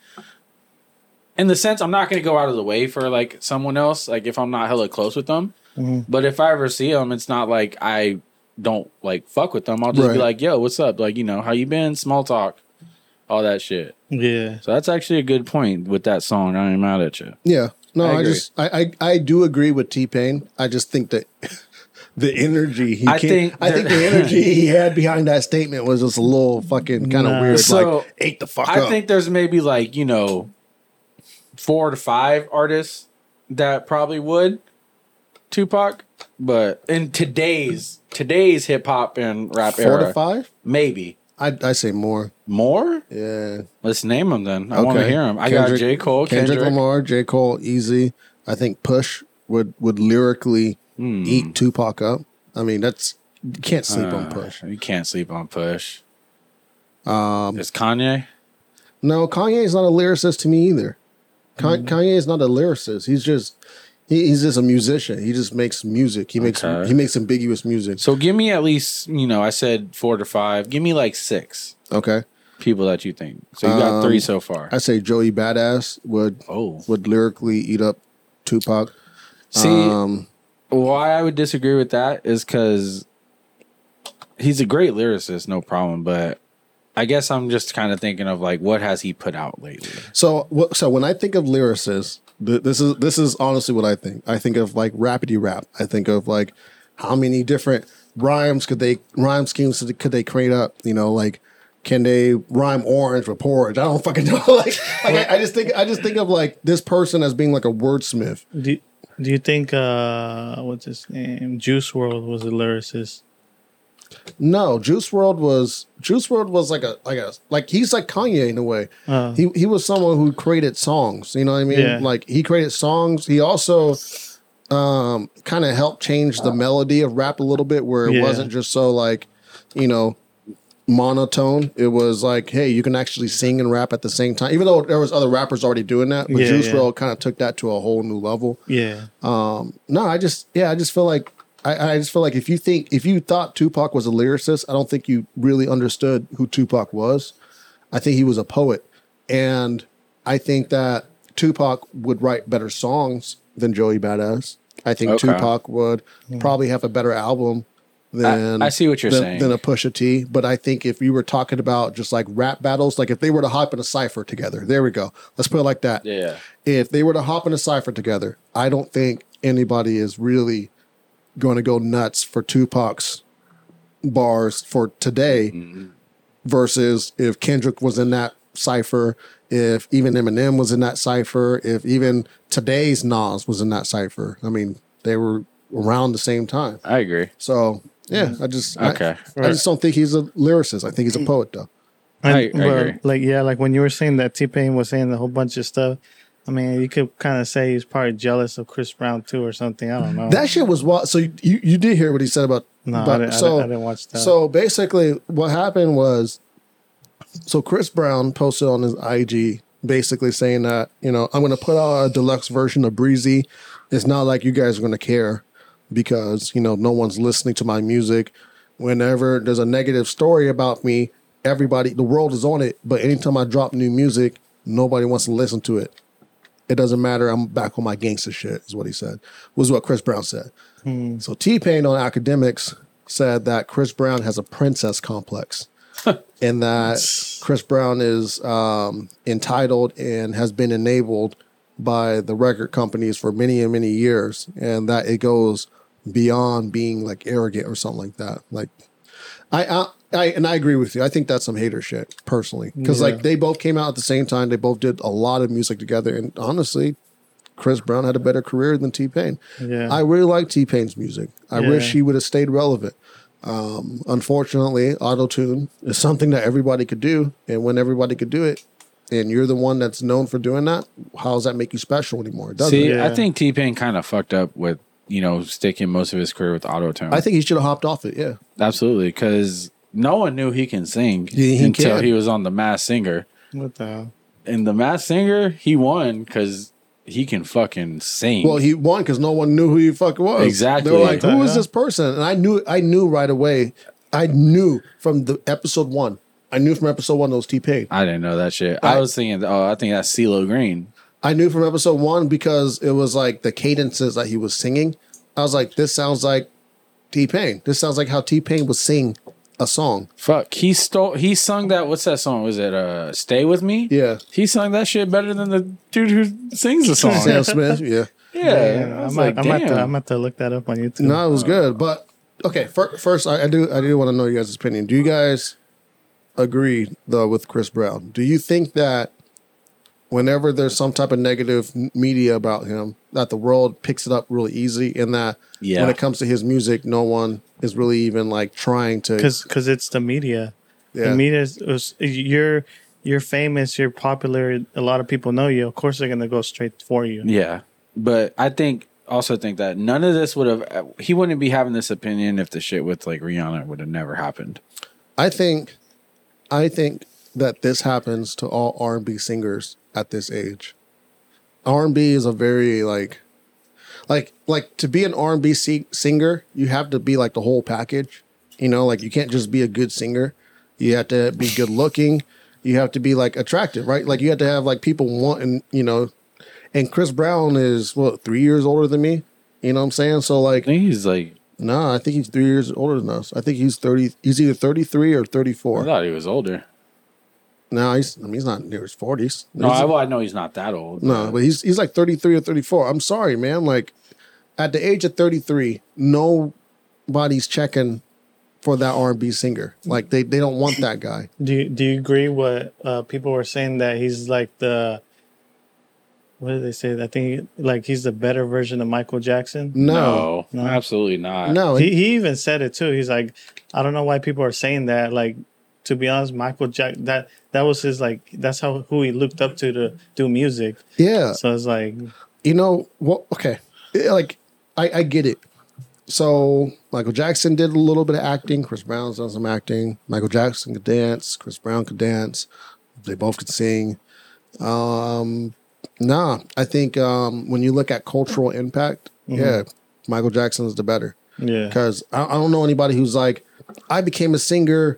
In the sense, I'm not going to go out of the way for like someone else. Like if I'm not hella close with them,
Mm-hmm.
But if I ever see them, it's not like I don't like fuck with them. I'll just be
Right.
like, "Yo, what's up?" Like, you know, how you been? Small talk, all that shit.
Yeah.
So that's actually a good point with that song. I ain't mad at you.
Yeah. No,
I
I,
agree.
just I, I I do agree with T Pain. I just think that <laughs> the energy he
I
came-
think
I think the
there-
energy
<laughs>
he had behind that statement was just a little fucking kind of
Nah.
weird.
So,
like ate the fuck
I
up.
think there's maybe like you know, four to five artists that probably would Tupac, but in today's today's hip hop and rap
four
era,
to five.
maybe
I I say more.
more.
Yeah.
Let's name them then. I want to hear them. I got
Kendrick-
J Cole,
Kendrick,
Kendrick,
Lamar, J Cole, Easy. I think Push would would lyrically
Hmm.
eat Tupac up. I mean, that's you can't sleep on
Uh,
Push.
You can't sleep on Push.
Um,
It's Kanye.
No, Kanye is not a lyricist to me either.
Mm-hmm.
Kan- Kanye is not a lyricist. He's just he, he's just a musician. He just makes music. He makes
Okay.
he makes ambiguous music.
So give me at least you know I said four to five. Give me like six
Okay,
people that you think. So you got
Um,
three so far.
I say Joey Badass would
oh,
would lyrically eat up Tupac.
see
um,
Uh, why I would disagree with that is because he's a great lyricist, no problem. But I guess I'm just kind of thinking of like what has he put out lately?
so wh- so when I think of lyricists, th- this is this is honestly what I think. I think of like rapidy rap. I think of like how many different rhymes could they rhyme schemes could they create up? You know, like can they rhyme orange with porridge? I don't fucking <laughs> know. like, like I, I just think I just think of like this person as being like a wordsmith.
Do Do you think uh, what's his name? Juice World was a lyricist.
No, Juice World was Juice World was like a like a like he's like Kanye in a way.
Uh,
he he was someone who created songs. You know what I mean?
Yeah.
Like he created songs. He also um kind of helped change the melody of rap a little bit where it
Yeah.
wasn't just so like, you know, monotone. It was like, hey, you can actually sing and rap at the same time. Even though there was other rappers already doing that, but
Yeah,
Juice
yeah.
WRLD kind of took that to a whole new level.
yeah.
Um no, I just yeah, I just feel like I, I just feel like if you think if you thought Tupac was a lyricist, I don't think you really understood who Tupac was. I think he was a poet, and I think that Tupac would write better songs than Joey Badass. I think
Okay.
Tupac would probably have a better album than
I see what you're
than,
saying.
than a Pusha T. But I think if you were talking about just like rap battles, like if they were to hop in a cipher together, there we go. Let's put it like that
Yeah.
if they were to hop in a cipher together, I don't think anybody is really going to go nuts for Tupac's bars for today versus if Kendrick was in that cipher, if even Eminem was in that cipher, if even today's Nas was in that cipher. I mean, they were around the same time.
I agree.
So, yeah, I just I-
Okay.
I, just don't think he's a lyricist. I think he's a poet though.
I- I
but,
agree.
Like yeah, like when you were saying that T Pain was saying a whole bunch of stuff. I mean, you could kind of say he's probably jealous of Chris Brown too, or something. I don't know.
That shit was wild. So you, you, you did hear what he said about
no,
about-
I, didn't, I
so
didn't- I didn't watch that.
So basically, what happened was, so Chris Brown posted on his IG basically saying that you know I'm going to put out a deluxe version of Breezy. It's not like you guys are going to care because you know no one's listening to my music. Whenever there's a negative story about me, everybody the world is on it. But anytime I drop new music, nobody wants to listen to it. It doesn't matter. I'm back on my gangster shit, is what he said. Was what Chris Brown said. So T Pain on academics said that Chris Brown has a princess complex, and that Chris Brown is um, entitled and has been enabled by the record companies for many and many years, and that it goes beyond being like arrogant or something like that. Like I. I I, and I agree with you. I think that's some hater shit, personally, because like they both came out at the same time. They both did a lot of music together, and honestly, Chris Brown had a better career than T Pain.
yeah,
I really like T Pain's music. I
Yeah.
wish he would have stayed relevant. Um, unfortunately, auto tune is something that everybody could do, and when everybody could do it, and you're the one that's known for doing that, how does that make you special anymore? It doesn't.
See, I
Yeah.
think T Pain kind of fucked up with you know sticking most of his career with auto tune.
I think he should have hopped off it. Yeah,
Absolutely, because no one knew he can sing
Yeah, he
until
can.
he was on the Mass Singer.
what the hell?
And the Mass Singer, he won because he can fucking sing.
Well, he won because no one knew who he fucking was.
Exactly.
They were like, "Who is
Yeah.
this person?" And I knew, I knew right away. I knew from the episode one. I knew from episode one it was T Pain.
I didn't know that shit. I,
I-
was thinking, oh, I think that's CeeLo Green.
I knew from episode one because it was like the cadences that he was singing I was like, this sounds like T Pain. This sounds like how T Pain would sing a song.
Fuck, he stole. He sung that. What's that song? Was it uh, "Stay with Me"?
Yeah.
He sung that shit better than the dude who sings the song. yeah,
Sam Smith. <laughs> Yeah.
I
I was
might,
like,
I might, have to, I
damn.
might have to look that up on YouTube.
No, it was good. But okay, fir- first I, I do I do want to know your guys' opinion. Do you guys agree though with Chris Brown? Do you think that whenever there's some type of negative n- media about him, that the world picks it up really easy, and that
Yeah.
when it comes to his music, no one is really even like trying to.
because because it's the media.
Yeah.
The media is, is- you're you're famous, you're popular. A lot of people know you. Of course, they're gonna go straight for you.
Yeah, but I think also think that none of this would have. He wouldn't be having this opinion if the shit with like Rihanna would have never happened.
I think, I think that this happens to all R and B singers at this age. R and B is a very like, like like to be an R and B singer, you have to be like the whole package. You know, like you can't just be a good singer. You have to be good looking. You have to be like attractive, right? Like you have to have like people wanting, you know. And Chris Brown is what three years older than me. You know what I'm saying? So like,
I think he's like.
no, I think he's three years older than us. I think he's thirty. He's either thirty-three or
I
thirty-four.
thought he was older.
No, he's I mean, he's not near his forties.
No, I, well, I know he's not that old.
no, but he's he's like thirty-three or thirty-four. I'm sorry, man. Like at the age of thirty-three, nobody's checking for that R&B singer. Like they they don't want that guy.
Do you, do you agree what uh, people were saying that he's like the what did they say? I think like he's the better version of Michael Jackson.
No,
No.
absolutely not.
no,
He, he even said it too. He's like, I don't know why people are saying that. Like, to be honest, Michael Jack that that was his like that's how who he looked up to to do music.
yeah.
So it's like
you know what okay Yeah, like I, I get it so michael jackson did a little bit of acting chris brown's done some acting michael jackson could dance chris brown could dance they both could sing um nah i think um when you look at cultural impact yeah michael jackson's the better
yeah.
because I, I don't know anybody who's like i became a singer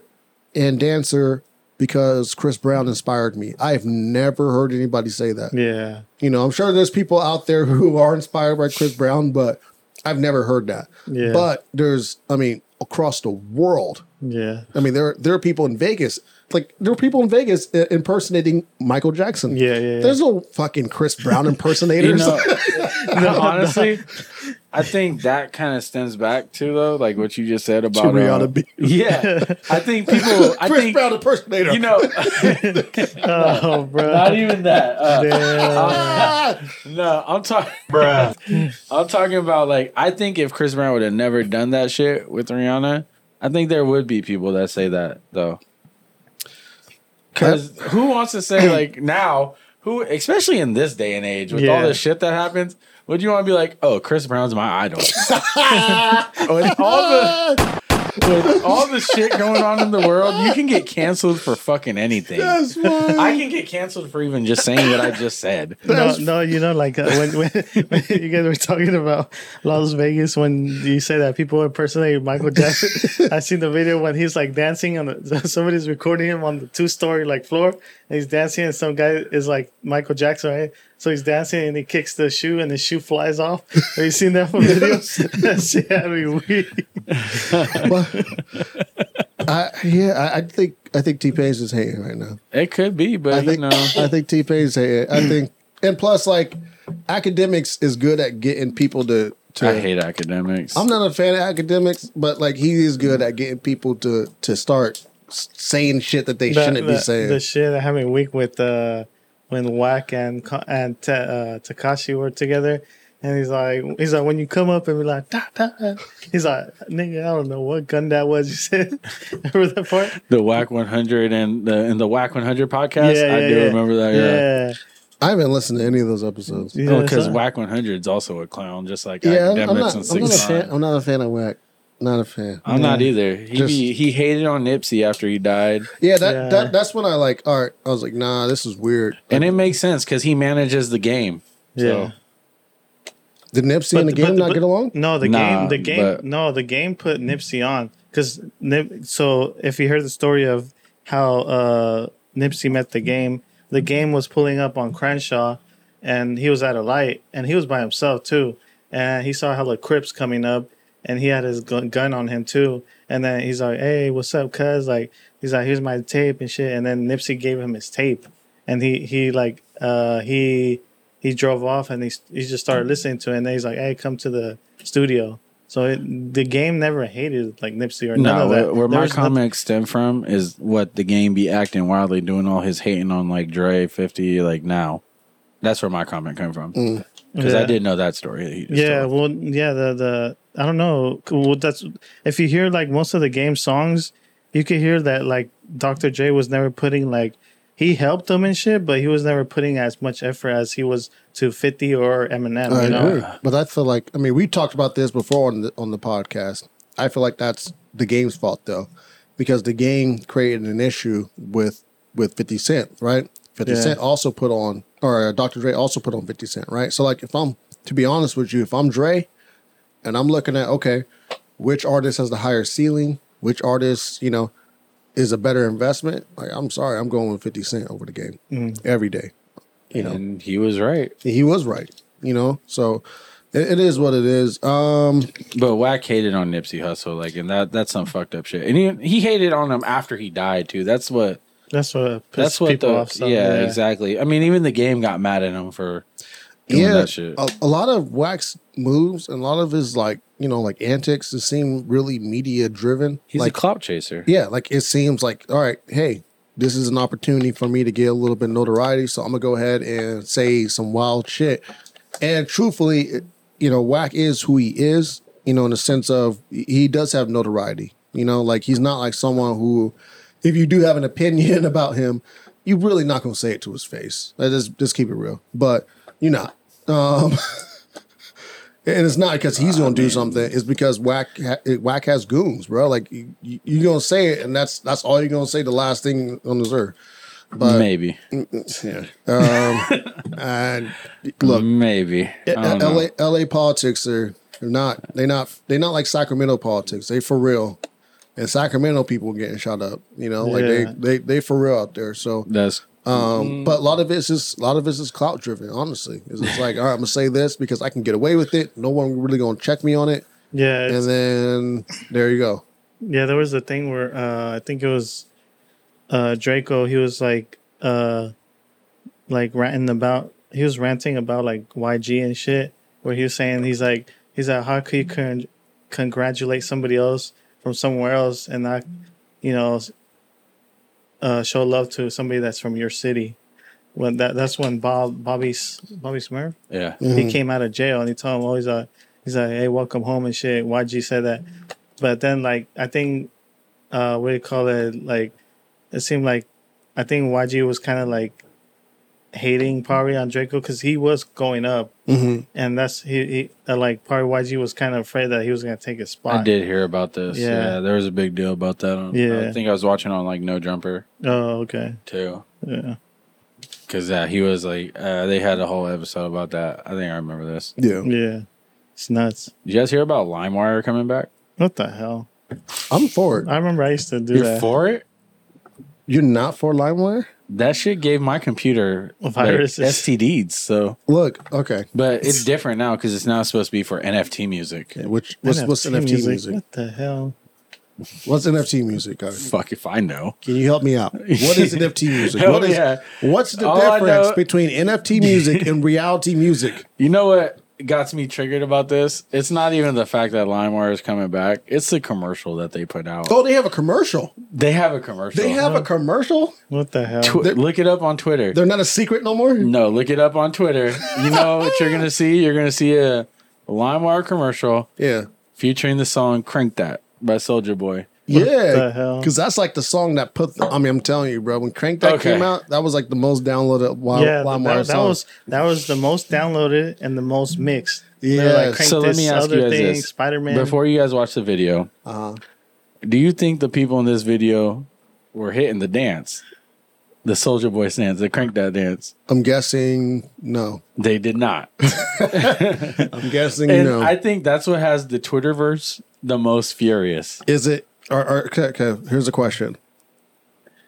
and dancer because chris brown inspired me i've never heard anybody say that
Yeah.
you know, I'm sure there's people out there <laughs> who are inspired by Chris Brown, but I've never heard that.
Yeah.
But there's, I mean, across the world. <laughs>
Yeah.
I mean, there there are people in Vegas. Like there are people in Vegas i- impersonating Michael Jackson.
Yeah, yeah, yeah.
There's no fucking Chris
<laughs>
Brown
You
impersonators. <laughs>
know, no, honestly, I think that kind of stems back to though, like what you just said about
Rihanna
uh,
B.
Yeah, I think people. I
Chris
think
Brown impersonator. <laughs>
you know, <laughs>
Oh, bro.
not even that. Uh,
Damn.
No, I'm <laughs> talking, I'm talking about like I think if Chris Brown would have never done that shit with Rihanna, I think there would be people that say that though. Because who wants to say like <clears throat> now? Who, especially in this day and age, with all
Yeah.
the shit that happens, would you want to be like, "Oh, Chris Brown's my idol"? <laughs> with all the with all the shit going on in the world, you can get canceled for fucking anything.
That's why.
I can get canceled for even just saying what I just said.
No, no, you know, like uh, when, <laughs> when, when you guys were talking about Las Vegas, when you say that people impersonate Michael Jackson, I seen the video when he's like dancing on the <laughs> somebody's recording him on the two story like floor, and he's dancing, and some guy is like Michael Jackson, right? So he's dancing and he kicks the shoe, and the shoe flies off. Have you seen that <laughs> from videos? that shit had me weak.
I, yeah, I, I think I think T Pain's is hating right now.
It could be, but
I think
you know.
I think T Pain's hating. I think, and plus, like academics is good at getting people to. to
I hate academics.
I'm not a fan of academics, but like he is good at getting people to to start s- saying shit that they
The-
shouldn't
the-
be saying.
The shit that happened week with uh, when Wack and Ka- and Ta- uh, Takashi were together, and he's like, he's like, when you come up and be like, da, da, da," he's like, nigga, I don't know what gun that was. You said, <laughs> remember that part?
the Whack 100 and the in the Whack 100 podcast. I do remember that. Oh, Yeah.
I haven't listened to any of those episodes. Yeah,
Yeah,
because
so-
Whack 100 is also a clown, just like
I'm, I'm not.
academics and
I'm not a
six
fan.
Nine.
I'm not a fan of whack. Not a fan.
I'm not either. He
Just-
be, he hated on Nipsey after he died,
Yeah, that,
Yeah.
that that's when I like. All right, I was like, nah, this is weird.
and it makes sense because he manages the game.
yeah.
So
Did Nipsey
But-
and the
but-
game not
but-
get along?
No, the
Nah,
game, the game,
but-
no, the game put Nipsey on because Nip. So if you heard the story of how uh, Nipsey met the game, the game was pulling up on Crenshaw, and he was at a light, and he was by himself too. and he saw hella Crips coming up, and he had his gu- gun on him too. And then he's like, "Hey, what's up, cuz?" Like he's like, "Here's my tape and shit." And then Nipsey gave him his tape, and he he like uh he he drove off and he he just started listening to it. And then he's like, "Hey, come to the studio." So it, the game never hated like Nipsey or none
No,
of that.
where, where
There
my
was nothing-
comments stem from is what the game be acting wildly, doing all his hating on like Dre fifty, like now. That's where my comment came from because I
Yeah.
did know that story. that he just
Yeah,
told.
well, yeah, the the I don't know. Well, that's if you hear like most of the game songs, you could hear that like Dr. J was never putting like he helped them and shit, but he was never putting as much effort as he was to 50 or Eminem.
I
you know?
agree, but I feel like I mean we talked about this before on the on the podcast. I feel like that's the game's fault though, because the game created an issue with with Fifty Cent, right? Fifty Cent
Yeah.
also put on, or uh, Dr. Dre also put on Fifty Cent, right? So like, if I'm to be honest with you, if I'm Dre, and I'm looking at okay, which artist has the higher ceiling, which artist you know is a better investment. Like I'm sorry, I'm going with Fifty Cent over the game every day.
and he was right.
He was right, you know. So it, it is what it is. Um,
But Wack hated on Nipsey Hussle, like, and that that's some fucked up shit. And he, he hated on him after he died too. That's what.
That's what pissed
That's what
people
the.
off. some,
yeah, exactly. I mean, even the game got mad at him for doing
yeah, Uh,
that shit.
A, a lot of Wax moves and a lot of his like you know like antics. It seem really media driven.
He's
like
a clout chaser.
yeah, like it seems like all right, hey, this is an opportunity for me to get a little bit of notoriety. So I'm gonna go ahead and say some wild shit. And truthfully, it- you know, Wack is who he is. You know, in the sense of he- he does have notoriety. You know, like he's not like someone who, if you do have an opinion <laughs> about him, you really not gonna say it to his face. Like, just just keep it real. But you're not. Um, And it's not because he's gonna do something. It's because whack ha- whack has goons, bro. Like you, you, you gonna say it, and that's that's all you're gonna say. The last thing on this earth. But
maybe.
yeah, um,
<laughs>
and look, uh,
maybe. I don't know.
LA, LA politics are are not they not they not like Sacramento politics. They for real, and Sacramento people getting shot up. You know, like
Yeah.
they they they for real out there. So
That's Mm-hmm.
um, but a lot of it's just a lot of it's just clout driven. Honestly, it's just like all right, I'm gonna say this because I can get away with it. No one really gonna check me on it,
Yeah, it's-
and then there you go.
Yeah, there was a thing where uh, I think it was uh, Draco. He was like, uh, like ranting about. He was ranting about like YG and shit. Where he was saying he's like, he's like, how could you con- congratulate somebody else from somewhere else and not, you know, s- uh, show love to somebody that's from your city? When that that's when Bob Bobby S- Bobby Smurf
yeah.
Mm-hmm.
he came out of jail and he told him, "Oh, he's like, he's like, hey, welcome home and shit." YG said that, but then like I think, uh, what do you call it? Like, it seemed like I think YG was kind of like hating probably on Draco because he was going up,
Mm-hmm.
and that's he, he uh, like probably YG was kind of afraid that he was gonna take his spot.
I did hear about this. Yeah.
Yeah.
there was a big deal about that. On, I
Yeah.
think I was watching on like No Jumper
Oh, okay.
too,
Yeah.
because uh, he was like uh, they had a whole episode about that. I think I remember this.
Yeah,
Yeah. It's nuts.
Did you guys hear about LimeWire coming back?
What the hell?
I'm for it.
I remember I used to do
You're
that.
for it?
You're not for LimeWire?
That shit gave my computer like,
Viruses.
STDs. So,
Look, okay.
but it's different now because it's now supposed to be for NFT music.
Which what's what's NFT music?
What the hell?
What's NFT music? Guys?
Fuck if I know.
Can you help me out? What is NFT music?
Hell
What is,
yeah.
What's the
All I
difference
know-
between NFT music and reality music?
You know what got me triggered about this? It's not even the fact that LimeWire is coming back. It's the commercial that they put out.
Oh, they have a commercial.
They have a commercial.
They have a commercial.
What the hell?
Tw- look it up on Twitter.
They're not a secret no more.
No, look it up on Twitter. You know what you're gonna see? You're gonna see a LimeWire commercial
Yeah.
featuring the song "Crank That" by Soldier Boy.
yeah,
the hell?
because that's like the song that put. The, I mean, I'm telling you, bro. When Crank That
Okay.
came out, that was like the most downloaded Lime
yeah,
Lime
that,
Wire
that
song.
was that was the most downloaded and the most mixed. They were
Yes.
crank
So let me ask you guys this:
Spider Man.
Before you guys watch the video,
Uh-huh.
do you think the people in this video were hitting the dance, the Soldier Boy dance, the "Crank That" dance?
I'm guessing no.
They
<laughs>
did not.
I'm guessing
And
no.
I think that's what has the Twitterverse the most furious.
Is it? Or, or, okay, okay, here's a question: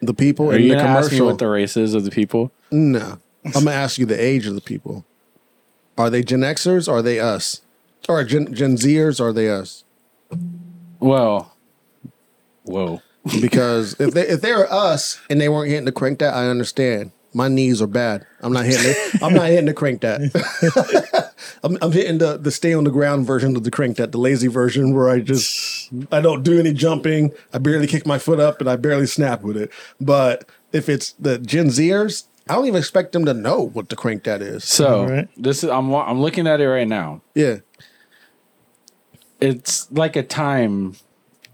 The people
Are
in
you
the
gonna ask me
commercial.
what the race is of the people?
no, I'm gonna ask you the age of the people. Are they Gen Xers? Or are they us? Or Gen, Gen Zers, are they us?
Well, whoa.
Because if they if they were us and they weren't hitting the crank that, I understand. My knees are bad. I'm not hitting. It. I'm not hitting the crank that. <laughs> I'm, I'm hitting the the stay on the ground version of the crank that, the lazy version where I just I don't do any jumping. I barely kick my foot up and I barely snap with it. But if it's the Gen Zers, I don't even expect them to know what the crank that is.
So
Alright.
this is I'm wa- I'm looking at it right now.
Yeah.
It's like a time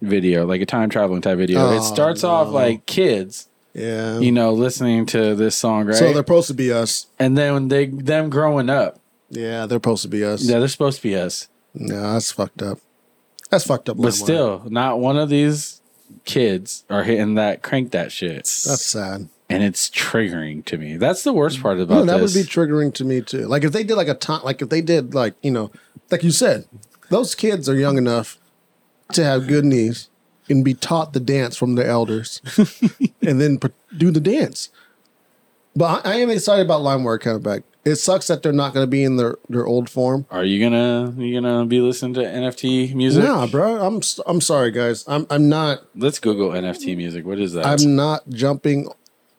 video, like a time traveling type video.
Oh,
it starts off like kids,
Yeah.
you know, listening to this song, right?
So they're supposed to be us.
and then when they them growing up,
Yeah, they're supposed to be us.
yeah, they're supposed to be us,
No, that's fucked up. That's fucked up.
but
landmark.
still, not one of these kids are hitting that crank that shit,
that's sad.
and it's triggering to me. That's the worst part about
No, Oh, that
this.
would be triggering to me too. Like if they did like a time, like if they did like you know, like you said, those kids are young enough to have good knees and be taught the dance from the
<laughs>
elders, and then pr- do the dance. But I, I am excited about LimeWire comeback. It sucks that they're not going to be in their their old form.
are you gonna you gonna be listening to NFT music?
Nah, bro. I'm s- I'm sorry, guys. I'm I'm not
Let's Google NFT music. What is that?
I'm not jumping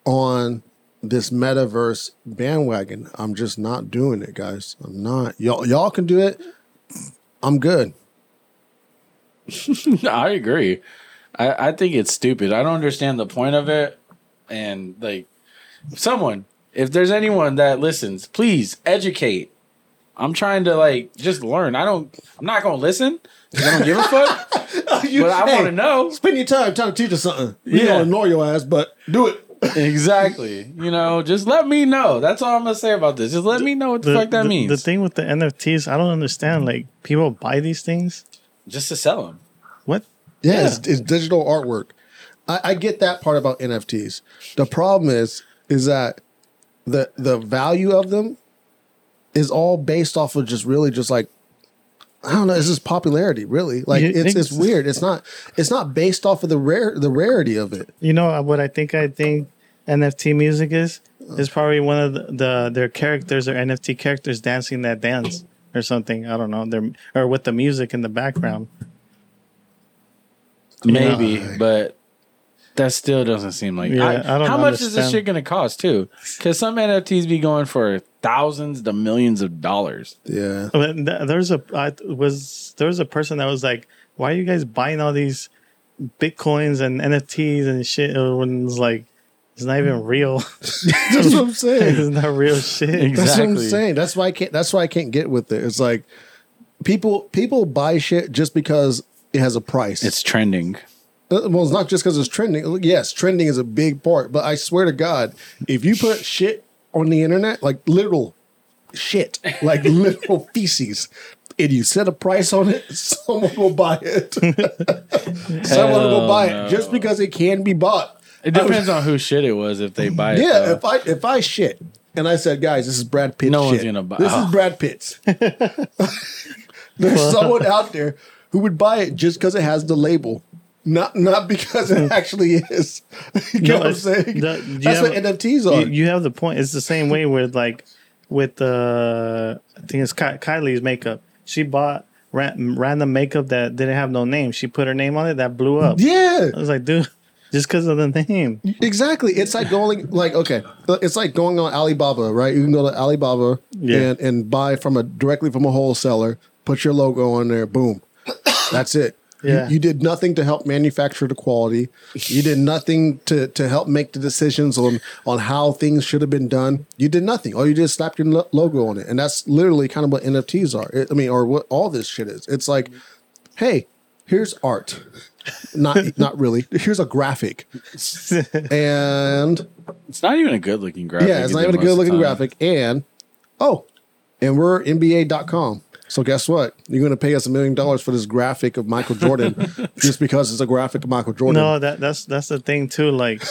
on this metaverse bandwagon. I'm just not doing it, guys. I'm not. Y'all, y'all can do it. I'm <laughs> good.
<laughs> No, I agree. I, I think it's stupid. I don't understand the point of it. And like, someone, if there's anyone that listens, please educate. I'm trying to like just learn. I don't. I'm not gonna listen. 'cause I don't
<laughs>
give a fuck. but I want to know
Spend your time trying to teach us something. We
Yeah.
don't ignore your ass, but do it.
exactly. You know, just let me know. That's all I'm gonna say about this. Just let me know what the, fuck that
the,
means.
The thing with the NFTs, I don't understand. Like people buy these things.
just to sell them.
What?
Yeah, It's, it's digital artwork. I, I get that part about NFTs. The problem is, is that the the value of them is all based off of just really just like I don't know. It's just popularity, really. Like
You
it's
think-
it's weird. It's not it's not based off of the rare the rarity of it.
You know what I think? I think NFT music is is probably one of the, the their characters or NFT characters dancing that dance or something. I don't know. They're or with the music in the background.
Maybe,
Yeah.
but that still doesn't seem like.
Yeah,
I,
I don't
how much is this
understand.
shit going to cost too? Because some NFTs be going for thousands to millions of dollars.
Yeah.
But th- there's a I was there was a person that was like, "Why are you guys buying all these bitcoins and NFTs and shit?" When it's like, it's not even real.
<laughs>
<laughs>
That's what I'm saying.
it's not real shit.
That's what I'm
Exactly.
saying. That's why I can't that's why I can't get with it. It's like people people buy shit just because it has a price.
It's trending.
Uh, Well, it's not just because it's trending. Yes, trending is a big part, but I swear to God, if you put shit on the internet, like literal shit, like literal feces, and you set a price on it, <laughs> someone will buy it. <laughs> someone will
Hell
buy
no.
it just because it can be bought.
It depends on whose shit it was if they buy it.
Yeah,
though.
if I if I shit and I said, guys, this is Brad Pitt.
No one's
shit.
gonna buy-
This
oh.
is Brad
<laughs>
Pitt's. There's someone out there who would buy it just because it has the label, not not because it actually is. <laughs> you know
No,
what I'm
it's-
saying?
the- you
That's what
have-
NFTs are.
You, you have the point. It's the same way with like with uh, I think it's Ky- Kylie's makeup. She bought ra- random makeup that didn't have no name. She put her name on it. That blew up.
yeah,
I was like, dude, just because of the name.
exactly. It's like going like okay, it's like going on Alibaba, right? You can go to Alibaba
Yeah.
and and buy from a directly from a wholesaler. Put your logo on there. Boom. That's it.
Yeah.
You, you did nothing to help manufacture the quality. You did nothing to, to help make the decisions on, on how things should have been done. You did nothing. All you did is slapped your lo- logo on it. And that's literally kind of what NFTs are. It- I mean, or what all this shit is. It's like, hey, here's art. Not <laughs> not really. Here's a graphic. And
It's not even a good looking graphic.
yeah, it's not even a
most of
good
the
looking
time.
graphic. And oh, and we're NBA.com. So guess what? You're going to pay us a million dollars for this graphic of Michael Jordan
<laughs>
just because it's a graphic of Michael Jordan.
No, that that's that's the thing too. Like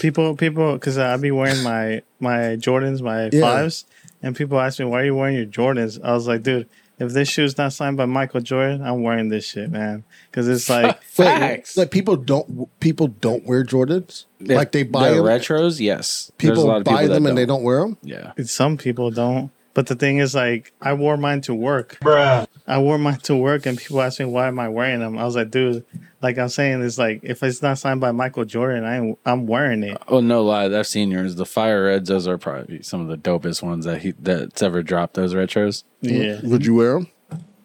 people, people, because I be wearing my my Jordans, my
Yeah.
fives, and people ask me why are you wearing your Jordans. I was like, dude, if this shoe's not signed by Michael Jordan, I'm wearing this shit, man. Because it's like,
Wait,
Facts.
like people don't people don't wear Jordans. like they buy
They're
them.
retros. Yes, There's
people
a lot of
buy
that
them and they
don't.
don't wear them.
Yeah,
some people don't. But the thing is, like, I wore mine to work.
Bruh.
I wore mine to work, and people asked me why am I wearing them. I was like, dude, like I'm saying, it's like if it's not signed by Michael Jordan, I ain't- I'm wearing it.
Oh no lie, that seniors, the fire reds, those are probably some of the dopest ones that he that's ever dropped. Those retros.
Yeah.
Would you wear them?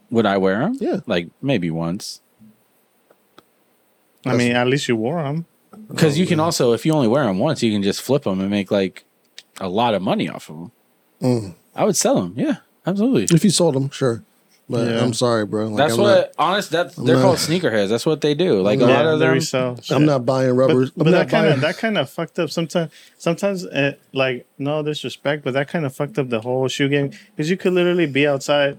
Would I wear them?
Yeah.
like maybe once.
I mean, at least you wore them.
Oh,
Because you can also, if you only wear them once, you can just flip them and make like a lot of money off of them.
Mm.
I would sell them. Yeah, absolutely.
If you sold them, sure. But
Yeah.
I'm sorry, bro. Like,
That's
I'm
what
Not,
honest. That's they're
not-
called sneakerheads. That's what they do. Like a lot
Yeah,
of
they
them.
resell.
I'm
shit.
not buying rubbers.
But, but
I'm
that
not
kind
buying.
of that kind of fucked up. Sometimes, sometimes, uh, like no disrespect, but that kind of fucked up the whole shoe game because you could literally be outside,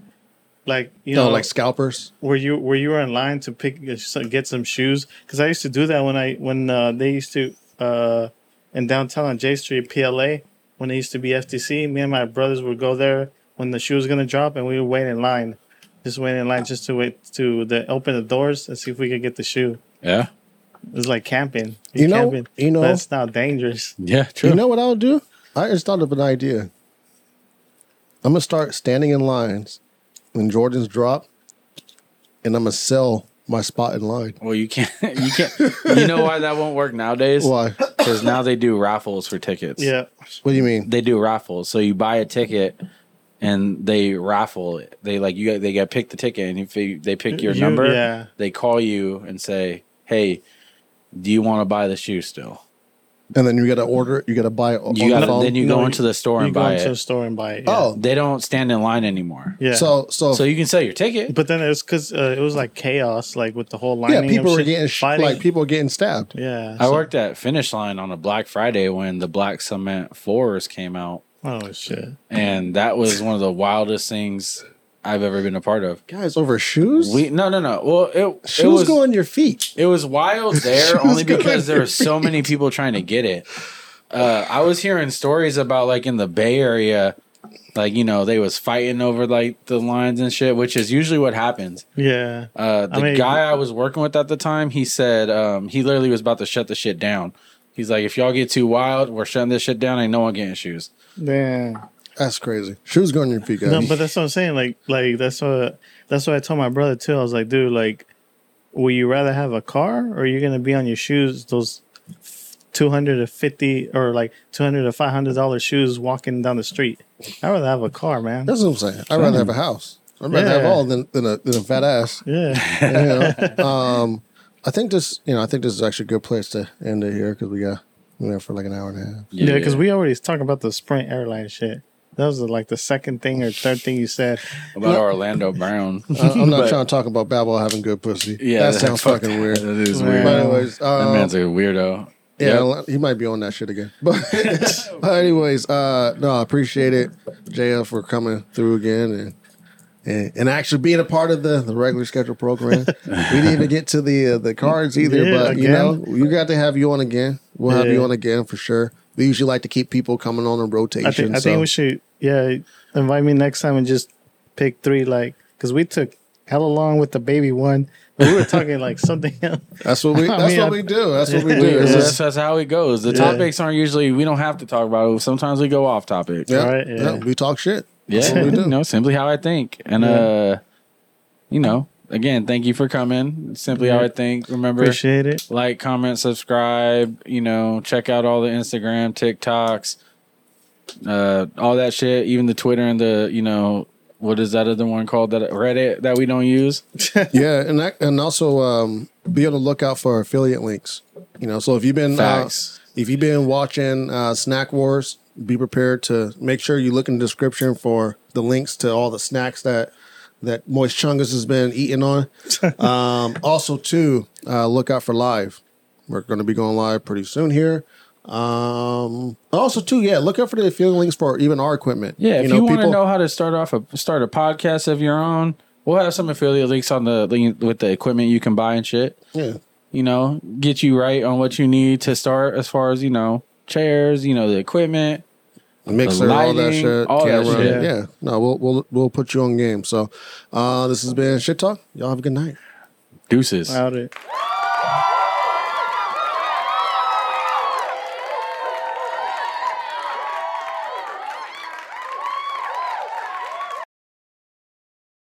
like you
no,
know,
like scalpers.
where you where you were in line to pick get some shoes because I used to do that when I when uh, they used to uh, in downtown on J Street PLA when they used to be FTC. Me and my brothers would go there when the shoe was gonna drop, and we would wait in line, just wait in line just to wait to the open the doors and see if we could get the shoe.
Yeah,
It's like camping.
You know-
camping.
you know-
that's not dangerous.
yeah, true.
You know what I'll do? I just thought of an idea. I'm gonna start standing in lines when Jordans drop, and I'm gonna sell my spot in line.
well, you can't. <laughs>
<laughs>
You can't. you know why that won't work nowadays?
Why?
Because now they do raffles for tickets.
Yeah,
What do you mean?
they do raffles. So you buy a ticket and they raffle. it. They like you. They got pick the ticket, and if you, they pick your
You-
number,
yeah.
they call you and say, "Hey, do you want to buy the shoe still?"
And then you gotta order it. You gotta buy it on
You
the
got.
phone.
Then you
No,
go
you-
into the store
you
and
go
buy
into a
it.
store and buy it. yeah.
oh,
They don't stand in line anymore.
yeah.
so so
So you can sell your ticket.
but then it was because uh, it was like chaos, like with the whole
yeah,
lining.
people
and
were
shit,
getting sh-
fighting.
like people were getting stabbed.
Yeah.
I
so-
worked at Finish Line on a Black Friday when the black cement floors came out,
Oh shit.
and that was one of the wildest things I've ever been a part of.
Guys, over shoes.
We no no no. Well, it
shoes
it was,
go on your feet.
It
<laughs>
was wild
She
there
was
only
going
because there were so many people trying to get it. Uh, I was hearing stories about like in the Bay Area, like you know they was fighting over like the lines and shit, which is usually what happens.
Yeah.
Uh, the
I mean-
guy I was working with at the time, he said um, he literally was about to shut the shit down. He's like, if y'all get too wild, we're shutting this shit down. Ain't no one getting shoes.
Damn.
That's crazy. Shoes go on your feet, guys.
No, but that's what I'm saying. Like, like that's what that's what I told my brother too. I was like, dude, like, will you rather have a car or you're gonna be on your shoes those two hundred to fifty or like two hundred to five hundred dollar shoes walking down the street? I'd rather have a car, man.
That's what I'm saying. I'd rather have a house. I'd rather have
Yeah.
all than than a, than a fat ass.
Yeah.
you know, um, I think this, you know, I think this is actually a good place to end it here because we got we there for like an hour and a half.
Yeah, because we already talked about the Sprint airline shit. That was like the second thing or third thing you said.
about
<laughs>
Orlando Brown. <laughs>
I, am not trying to talk about Babel having good pussy. Yeah, that sounds
fuck
fucking
<laughs> that.
weird.
That is
Man.
weird.
But anyways,
That
um,
man's a weirdo.
yeah,
Yep.
he might be on that shit again. <laughs>
<laughs>
But, but anyways, uh, no, I appreciate it, JF, for coming through again and. And, and actually being a part of the, the regular schedule
<laughs>
program, we didn't even get to the uh, the cards either.
Yeah,
but you
again.
know, you got to have you on again. We'll have
Yeah.
you on again for sure. We usually like to keep people coming on in rotation.
I think I
so-
think we should yeah invite me next time and just pick three like because we took hella long with the baby one. But we were talking like something <laughs> else.
That's what we.
I
That's
mean,
what
I-
we do. That's what we do.
Yeah.
It's
That's,
just-
just- that's how it goes. The
Yeah.
topics aren't usually we don't have to talk about it. Sometimes we go off topic.
yeah,
Right, yeah.
yeah, we talk shit.
Yeah,
what we do.
you know, simply how I think, and uh, you know, again, thank you for coming. Simply how I think. Remember,
Appreciate it.
like, comment, subscribe. You know, check out all the Instagram, TikToks, uh, all that shit. Even the Twitter and the you know, what is that other one called that Reddit that we don't use?
Yeah, and that, and also um, be on the lookout for affiliate links. You know, so if you've been uh,
Facts.
if you've been watching uh, Snack Wars, be prepared to make sure you look in the description for the links to all the snacks that that Moist Chungus has been eating
<laughs>
on. um, also, too, uh, look out for live. We're going to be going live pretty soon here. Um, also, too, yeah, look out for the affiliate links for even our equipment.
Yeah, if you, want to know how to start off a start a podcast of your own, we'll have some affiliate links on the link with the equipment you can buy and shit.
yeah.
You know, get you right on what you need to start as far as you know chairs, you know the equipment.
mixer, all that
lighting,
shit,
all that
camera.
shit.
Yeah. No, we'll we'll we'll put you on game. So uh this has been Shit Talk. Y'all have a good night.
Deuces.
<laughs> About it.